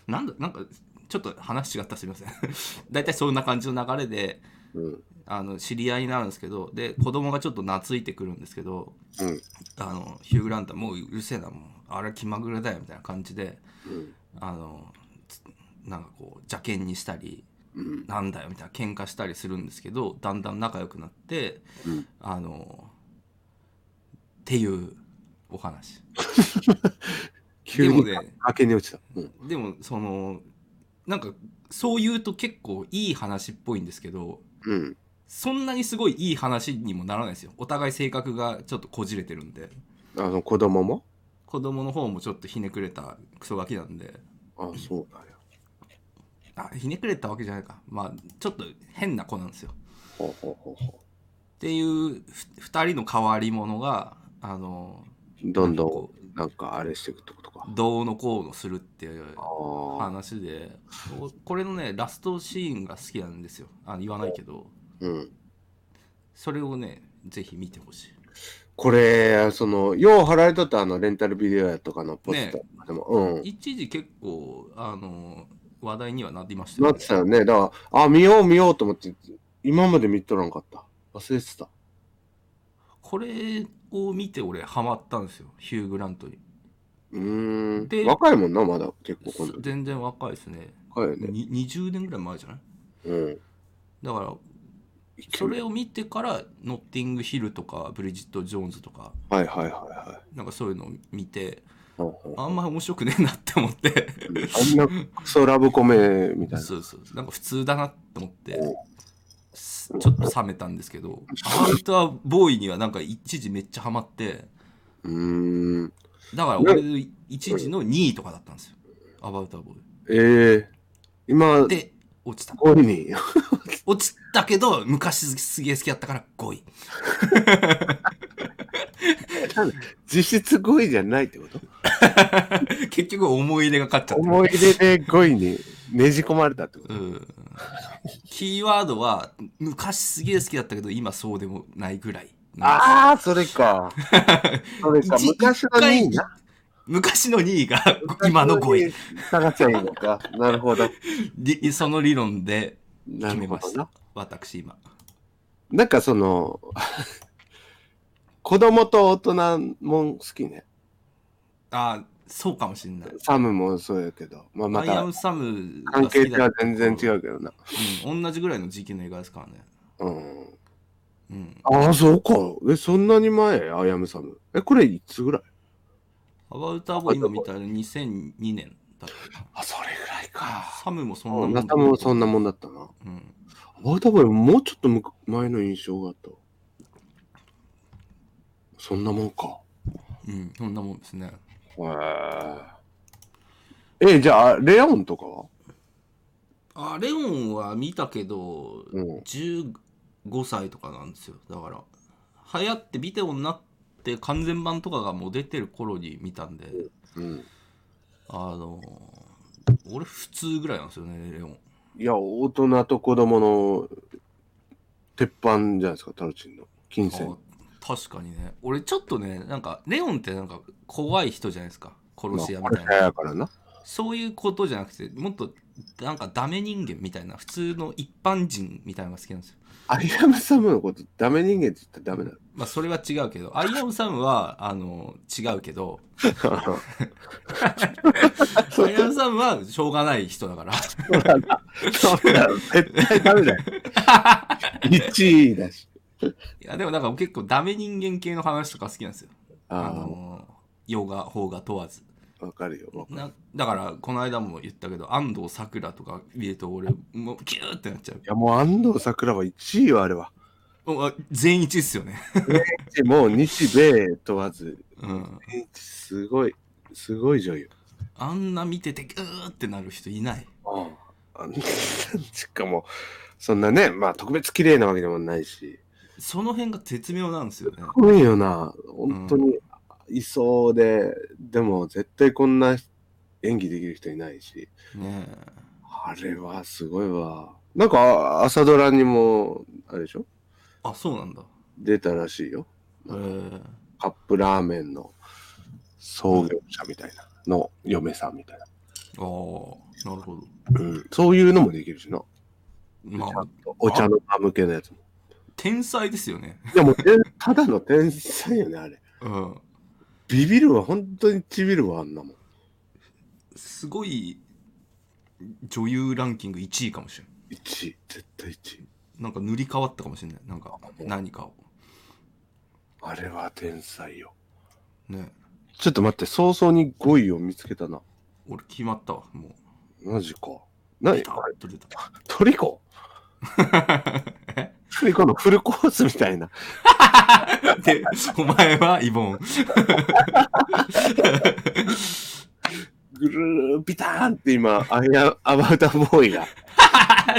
なんだなんかちょっと話違ったすみません 大体そんな感じの流れでう。うん。あの知り合いになるんですけどで子供がちょっと懐いてくるんですけどうん。あのヒュー・グラントはもううるせえなもうあれ気まぐれだよみたいな感じでうん。あのつなんかこう邪険にしたりうん。なんだよみたいな喧嘩したりするんですけどだんだん仲良くなって、うんあのっていうお話急にでもね崖に落ちた。うん。でもそのなんかそう言うと結構いい話っぽいんですけどうん。そんなにすごいいい話にもならないですよお互い性格がちょっとこじれてるんであの子供も子供の方もちょっとひねくれたクソガキなんであそうだよ。あひねくれたわけじゃないかまあちょっと変な子なんですよほうほうほうっほていう2人の変わり者があのう。どんど、こうんなんかあれしていくってことか。どうのこうのするっていうああ。話でおこれのねラストシーンが好きなんですよあの言わないけどうん。それをねぜひ見てほしいこれ、その、よう貼られとったあの、レンタルビデオやとかのポスターとかでも、うん。一時結構あの話題にはなりましたなよっねてたよね。だから、あ、見よう見ようと思って、今まで見とらんかった。忘れてた。これを見て俺ハマったんですよヒュー・グラントにうーでん。若いもんな、まだ結構この時。全然若いですね若いよね。に20年ぐらい前じゃないうん。だからそれを見てからノッティングヒルとかブリジット・ジョーンズとかはいはいはいはい。なんかそういうのを見てほうほうあんま面白くねえなって思 ってあんなクソラブコメみたいな。そうそうなんか普通だなと思ってうんすちょっと冷めたんですけどアウターボーイにはなんか一時めっちゃハマってうーん。だから俺一時の2位とかだったんですよアバウターボーイええー。今、で落ちた5位に。落ちたけど昔すげえ好きだったから5位 実質5位じゃないってこと結局思い入れが勝っちゃった思い出で5位にねじ込まれたってこうとんキーワードは昔すげえ好きだったけど今そうでもないぐらいああ、それ か。それか、一昔の2位な。昔の2位が今の5位位。探せばいいのか。なるほど。りその理論でな決めるほまどしなた。私今なんかその、 子供と大人も好きね。ああそうかもしんないサムもそうやけど、まあ、まアイアたムサムが関好き係だ値は全然違うけどな。うん、同じぐらいの時期の映画ですからねうん。うんああ、そうか。え、そんなに前、アヤムサム。え、これいつぐらいアバウターボーイ今見たら2002年だったあ、それぐらいか。サムもそんなあもんナタもそんなもんだったな。うん、アバウターボーイもうちょっとむく前の印象があったわ。そんなもんか。うん、そんなもんですねへえ。え、じゃあ、レオンとかはあレオンは見たけどうん。 15歳とかなんですよだから流行ってビデオになって完全版とかがもう出てる頃に見たんでうん。あの俺普通ぐらいなんですよねレオンいや、大人と子供の鉄板じゃないですか、タロチンの。金銭。あ確かにね俺ちょっとねなんかレオンってなんか怖い人じゃないですかまあ殺し屋みこたれい部屋なやからな。そういうことじゃなくてもっとなんかダメ人間みたいな普通の一般人みたいなのが好きなんですよ有山さんのことダメ人間 って言ったらダメなまあそれは違うけどアイアムサムはあの違うけどの。アイアムサムはしょうがない人だからそうだろ、絶対ダメ だよ。1位だし。いやでもなんか結構ダメ人間系の話とか好きなんですよああのヨガ邦画問わずあ、わかるよ。わかるなだからこの間も言ったけど安藤サクラとか見ると俺もうギューってなっちゃういや、もう安藤桜は1位よ、あれは。おあ全一っすよねでもう日米問わず、うんすごい、すごい女優。あんな見ててギューってなる人いないあん しかも、そんなね、まあ特別綺麗なわけでもないし。その辺が絶妙なんですよねすごいよな、本当に、いそうで、でも絶対こんな演技できる人いないし。ねあれはすごいわ。なんか朝ドラにも、あれでしょえあそうなんだ出たらしいよ。へえカップラーメンの創業者みたいな、の嫁さんみたいな。ああなるほどうん、そういうのもできるしな。まちゃあんとお茶の間向けのやつも。天才ですよね いやもう、天ただの天才よね、あれ。うんビビるわ、本当にちびるわ、あんなもん。すごい女優ランキング1位かもしれない1位、絶対1位。なんか塗り替わったかもしれないなんか何かをあれは天才よ。ねえちょっと待って、早々に5位を見つけたな。俺決まったわもうマジか。何出たあれと出た トリコえトリコのフルコースみたいな。で、お前はイボン。 ぐるーピターンって今、アイアアバウターボーイが、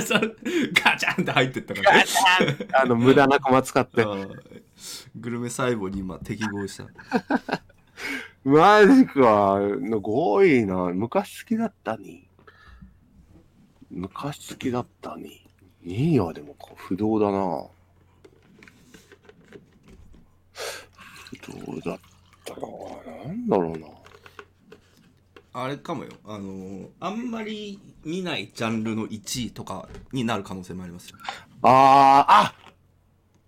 そうガチャンって入ってったから。あの、無駄な駒使って。あーグルメ細胞に今適合した。マジか、の5位な。昔好きだったに。昔好きだったに。2位はでも不動だな。不動だったな。なんだろうな。あれかもよ。あのーあんまり見ないジャンルの1位とかになる可能性もありますよ。あ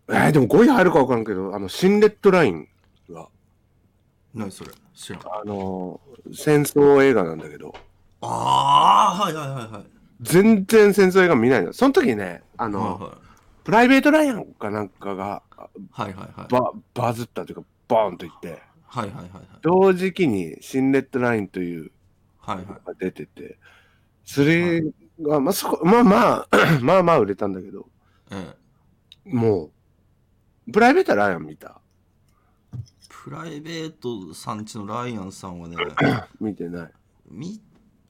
ー、あえー、でも5位入るか分からんけど、あの、新レッドラインが、何それ知らん。ああのー戦争映画なんだけど、あー、はいはいはいはい。全然戦争映画見ないの。その時ね、あの、プライベートライアンかなんかが、はいはいはいババズったというかバーンといってはいはいはいはい同時期に「新レッドライン」というはいはいのが出ててそれが、まあ、そこまあまあ まあまあ売れたんだけどええもうプライベートライアン見たプライベートさんちのライアンさんは ね見てないみ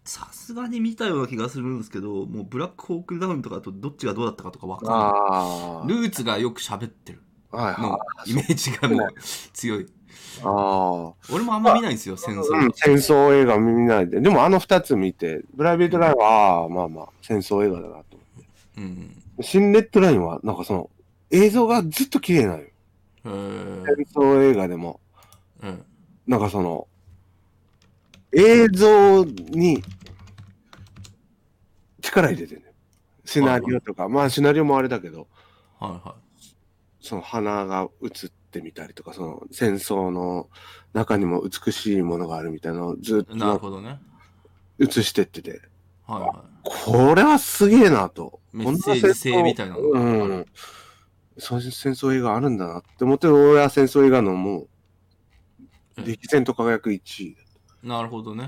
さすがに見たような気がするんですけどもうブラックホークダウンとかとどっちがどうだったかとかわかんないあールーツがよく喋ってるはいのはイメージがもう強い。いあ俺もあんま見ないんですよ、戦ー、うん、争。戦争映画見ないででもあの2つ見てプライベートライアンはあーまあまあ戦争映画だなとうん。新レッドラインはなんかその映像がずっと綺麗なのよへー戦争映画でもうん。なんかその、映像に力入れてる、ね、シナリオとか、まあシナリオもあれだけど、はいはその花が映ってみたりとか、その戦争の中にも美しいものがあるみたいなのをずっい。なるとほどね。映してってて、はいはこれはすげえなと。メッセージ性みたいなのこんな戦争うん。そういう戦争映画あるんだなって思って、俺は戦争映画のもうう、ん歴然と輝く1位。い。なるほどね。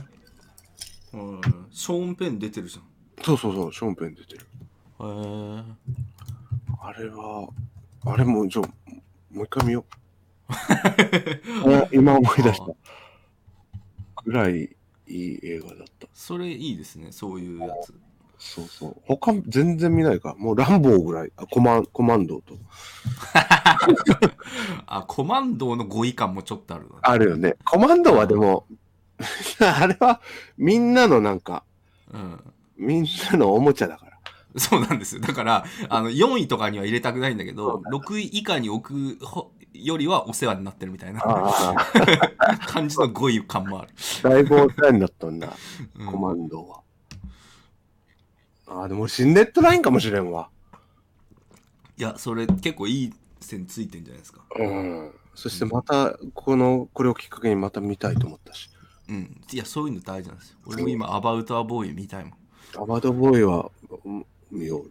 うん。ショーン・ペン出てるじそうそうそう、ショーンペン出てる。ゃん。へあれは、あれも、じゃあもう一回見よ う。え。あ今思い出したあー。ぐらいいい映画だった。それいいですね、そういうやつ。そうそう。他全然見ないから。もうランボーぐらい。あコマンコマンドと。あ、コマンドーの語彙感もちょっとあるな。あるよね。コマンドはでも、 あれはみんなのなんか、うん。みんなのおもちゃだから。そうなんですよ。だから、あの、4位とかには入れたくないんだけど、6位以下に置くほよりはお世話になってるみたいなああ、感じの語彙感もある。だいぶお世話になったんだ、うんコマンドは。ああ、でも俺死んでっとないんかもしれんわ。いや、それ結構いい線ついてんじゃないですか。うん。そしてまた、この、これをきっかけにまた見たいと思ったし。うん。いや、そういうの大事なんですよ。俺も今、アバウトアボーイみたいもん。アバドボーイはうん見よう。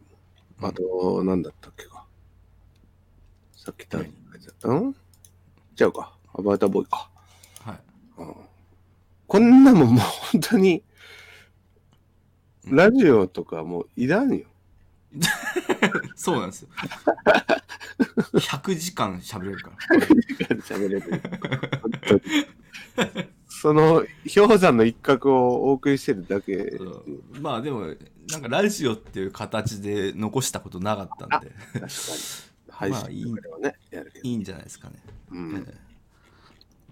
あと、なんだったっけか。さっき誰に書いてあったん違うか。アバドボーイか。はい。うんこんなもんもう本当に、ラジオとかもういらんよ。そうなんです よ。100時間喋れるから。喋れる。本当にその氷山の一角をお送りしてるだけ。うんまあでも、なんかラジオっていう形で残したことなかったんで、確かに。配信とかではね、やるけど。いいんじゃないですかね。うんええ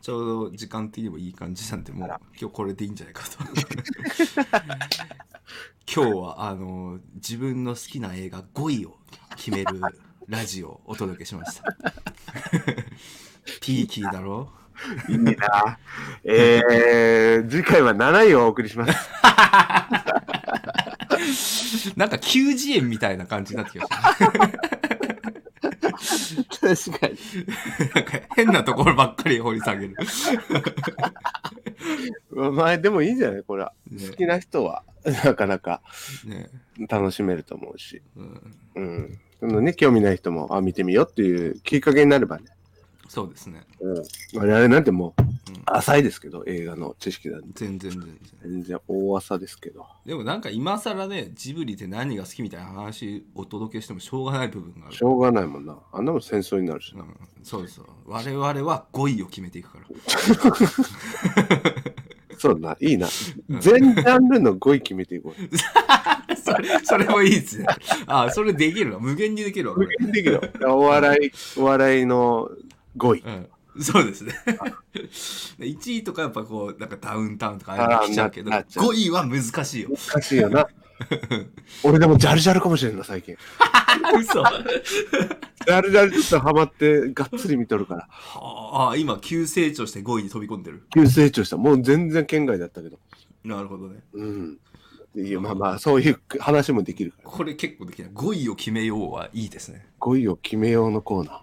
ちょうど時間的にもいい感じなんで、もう今日これでいいんじゃないかと。 今日は、あの、自分の好きな映画5位を決めるラジオをお届けしました。 ピーキーだろいいな。えー、次回は7位をお送りします。なんか9次元みたいな感じになってきました。 確かに。なんか変なところばっかり掘り下げる。まあ、でもいいんじゃないこれは。ね好きな人は、なかなかね楽しめると思うし。うん、うん。そのね、興味ない人も、あ、見てみようっていうきっかけになればね。そうですね。うん。我々なんてもううん、浅いですけど、映画の知識だね。全然全然。全然大浅ですけど。でもなんか今更ね、ジブリって何が好きみたいな話お届けしてもしょうがない部分があるし。ょうがないもんな。あんなもん戦争になるしうな。ん、そうそう。我々は5位を決めていくから。そうだな、いいな。うん全ジャンルの5位決めていこう。それそれもいいですね。あそれできるな。無限にできるわ。これできるよお笑 い、お笑いの5位。うん、そうですね。1位とかやっぱこう、なんかダウンタウンとかああいうのあー来ちゃうけど、ななっちゃう5位は難しいよ。難しい よな。俺でもジャルジャルかもしれんな、最近。嘘。ジャルジャルちょっとハマって、がっつり見とるから。ああ、今急成長して5位に飛び込んでる。急成長した。もう全然県外だったけど。なるほどね。うん。いや、まあまあ、そういう話もできるから。これ結構できない。5位を決めようはいいですね。 5位を決めようのコーナあ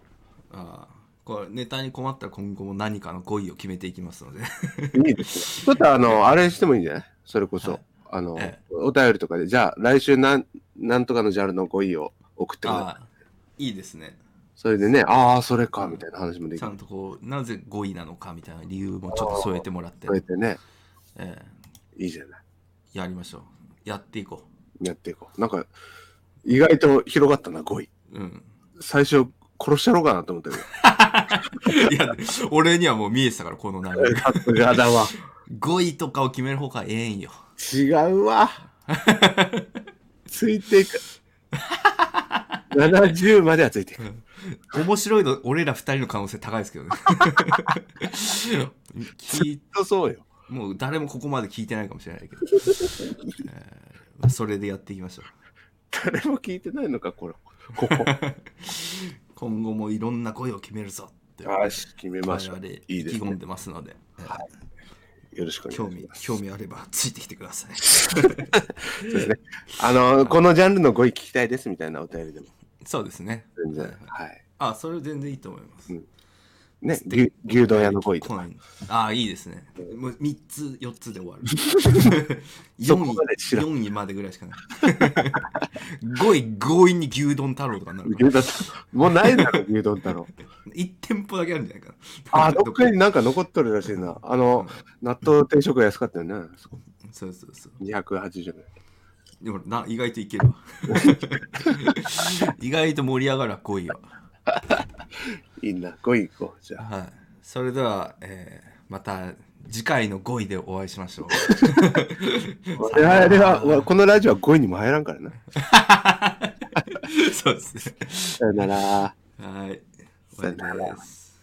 あ。これネタに困ったら今後も何かの5位を決めていきます ので。ー。いいですね。ちょっとあの、あれしてもいいんじゃないそれこそ。はいあの、えお便りとかで、じゃあ来週なん、なんとかのジャルの5位を送ってください。ああ。いいですね。それでね、ああ、それか、みたいな話もできちるゃ。んとこう、なぜ5位なのかみたいな理由もちょっと添えてもらってそ、れでね、ええ、いいじゃない。やりましょう。やっていこやっていこう。なんか、意外と広がったな、5位。う。うん。 最初、殺しちゃろうかなと思ったけど。いや、俺にはもう見えてたから、この流れ。 さすがだわ。 5位とかを決める方がええんよ。違う わ。ついていく。70まではついていく。面白いの、俺ら2人の可能性高いですけど ね。聞いそうよ。もう誰もここまで聞いてないかもしれないけど。えーまあそれでやっていきましょう。誰も聞いてないのか、これ。ここ。今後もいろんな声を決めるぞって、我よし、決めましょ々う。意いい気です込ねん。でますので、えーよろしくお願いし興ます。味、興味あればついてきてくだ さい。そうですね。あの、このジャンルの語彙聞きたいですみたいなお便りでも。そうですね。全然。はい。あ、それ全然いいと思います。ね、牛牛丼屋の語彙来とか。ないのあ、いいですね。もう3つ、4つで終わる。 そ4こ位まで知らん、 4位までぐらいしかない。5位、強引に牛丼太郎とかになるから。牛丼太郎もうないだろ、牛丼太 郎。 1店舗だけあるんじゃないかな。あ、どっかになんか残っとるらしいな。あの、納豆定食が安かったよね。そうそうそう。 280円。でもな意外といける わ意外と盛り上がるわ5位は、いいな、5位行こう。じ ゃあ、はい、それでは、えーまた次回の5位でお会いしましょう我々は、 わこのラジオは5位にも入らんからな。そうですねさよなら。はい終わりです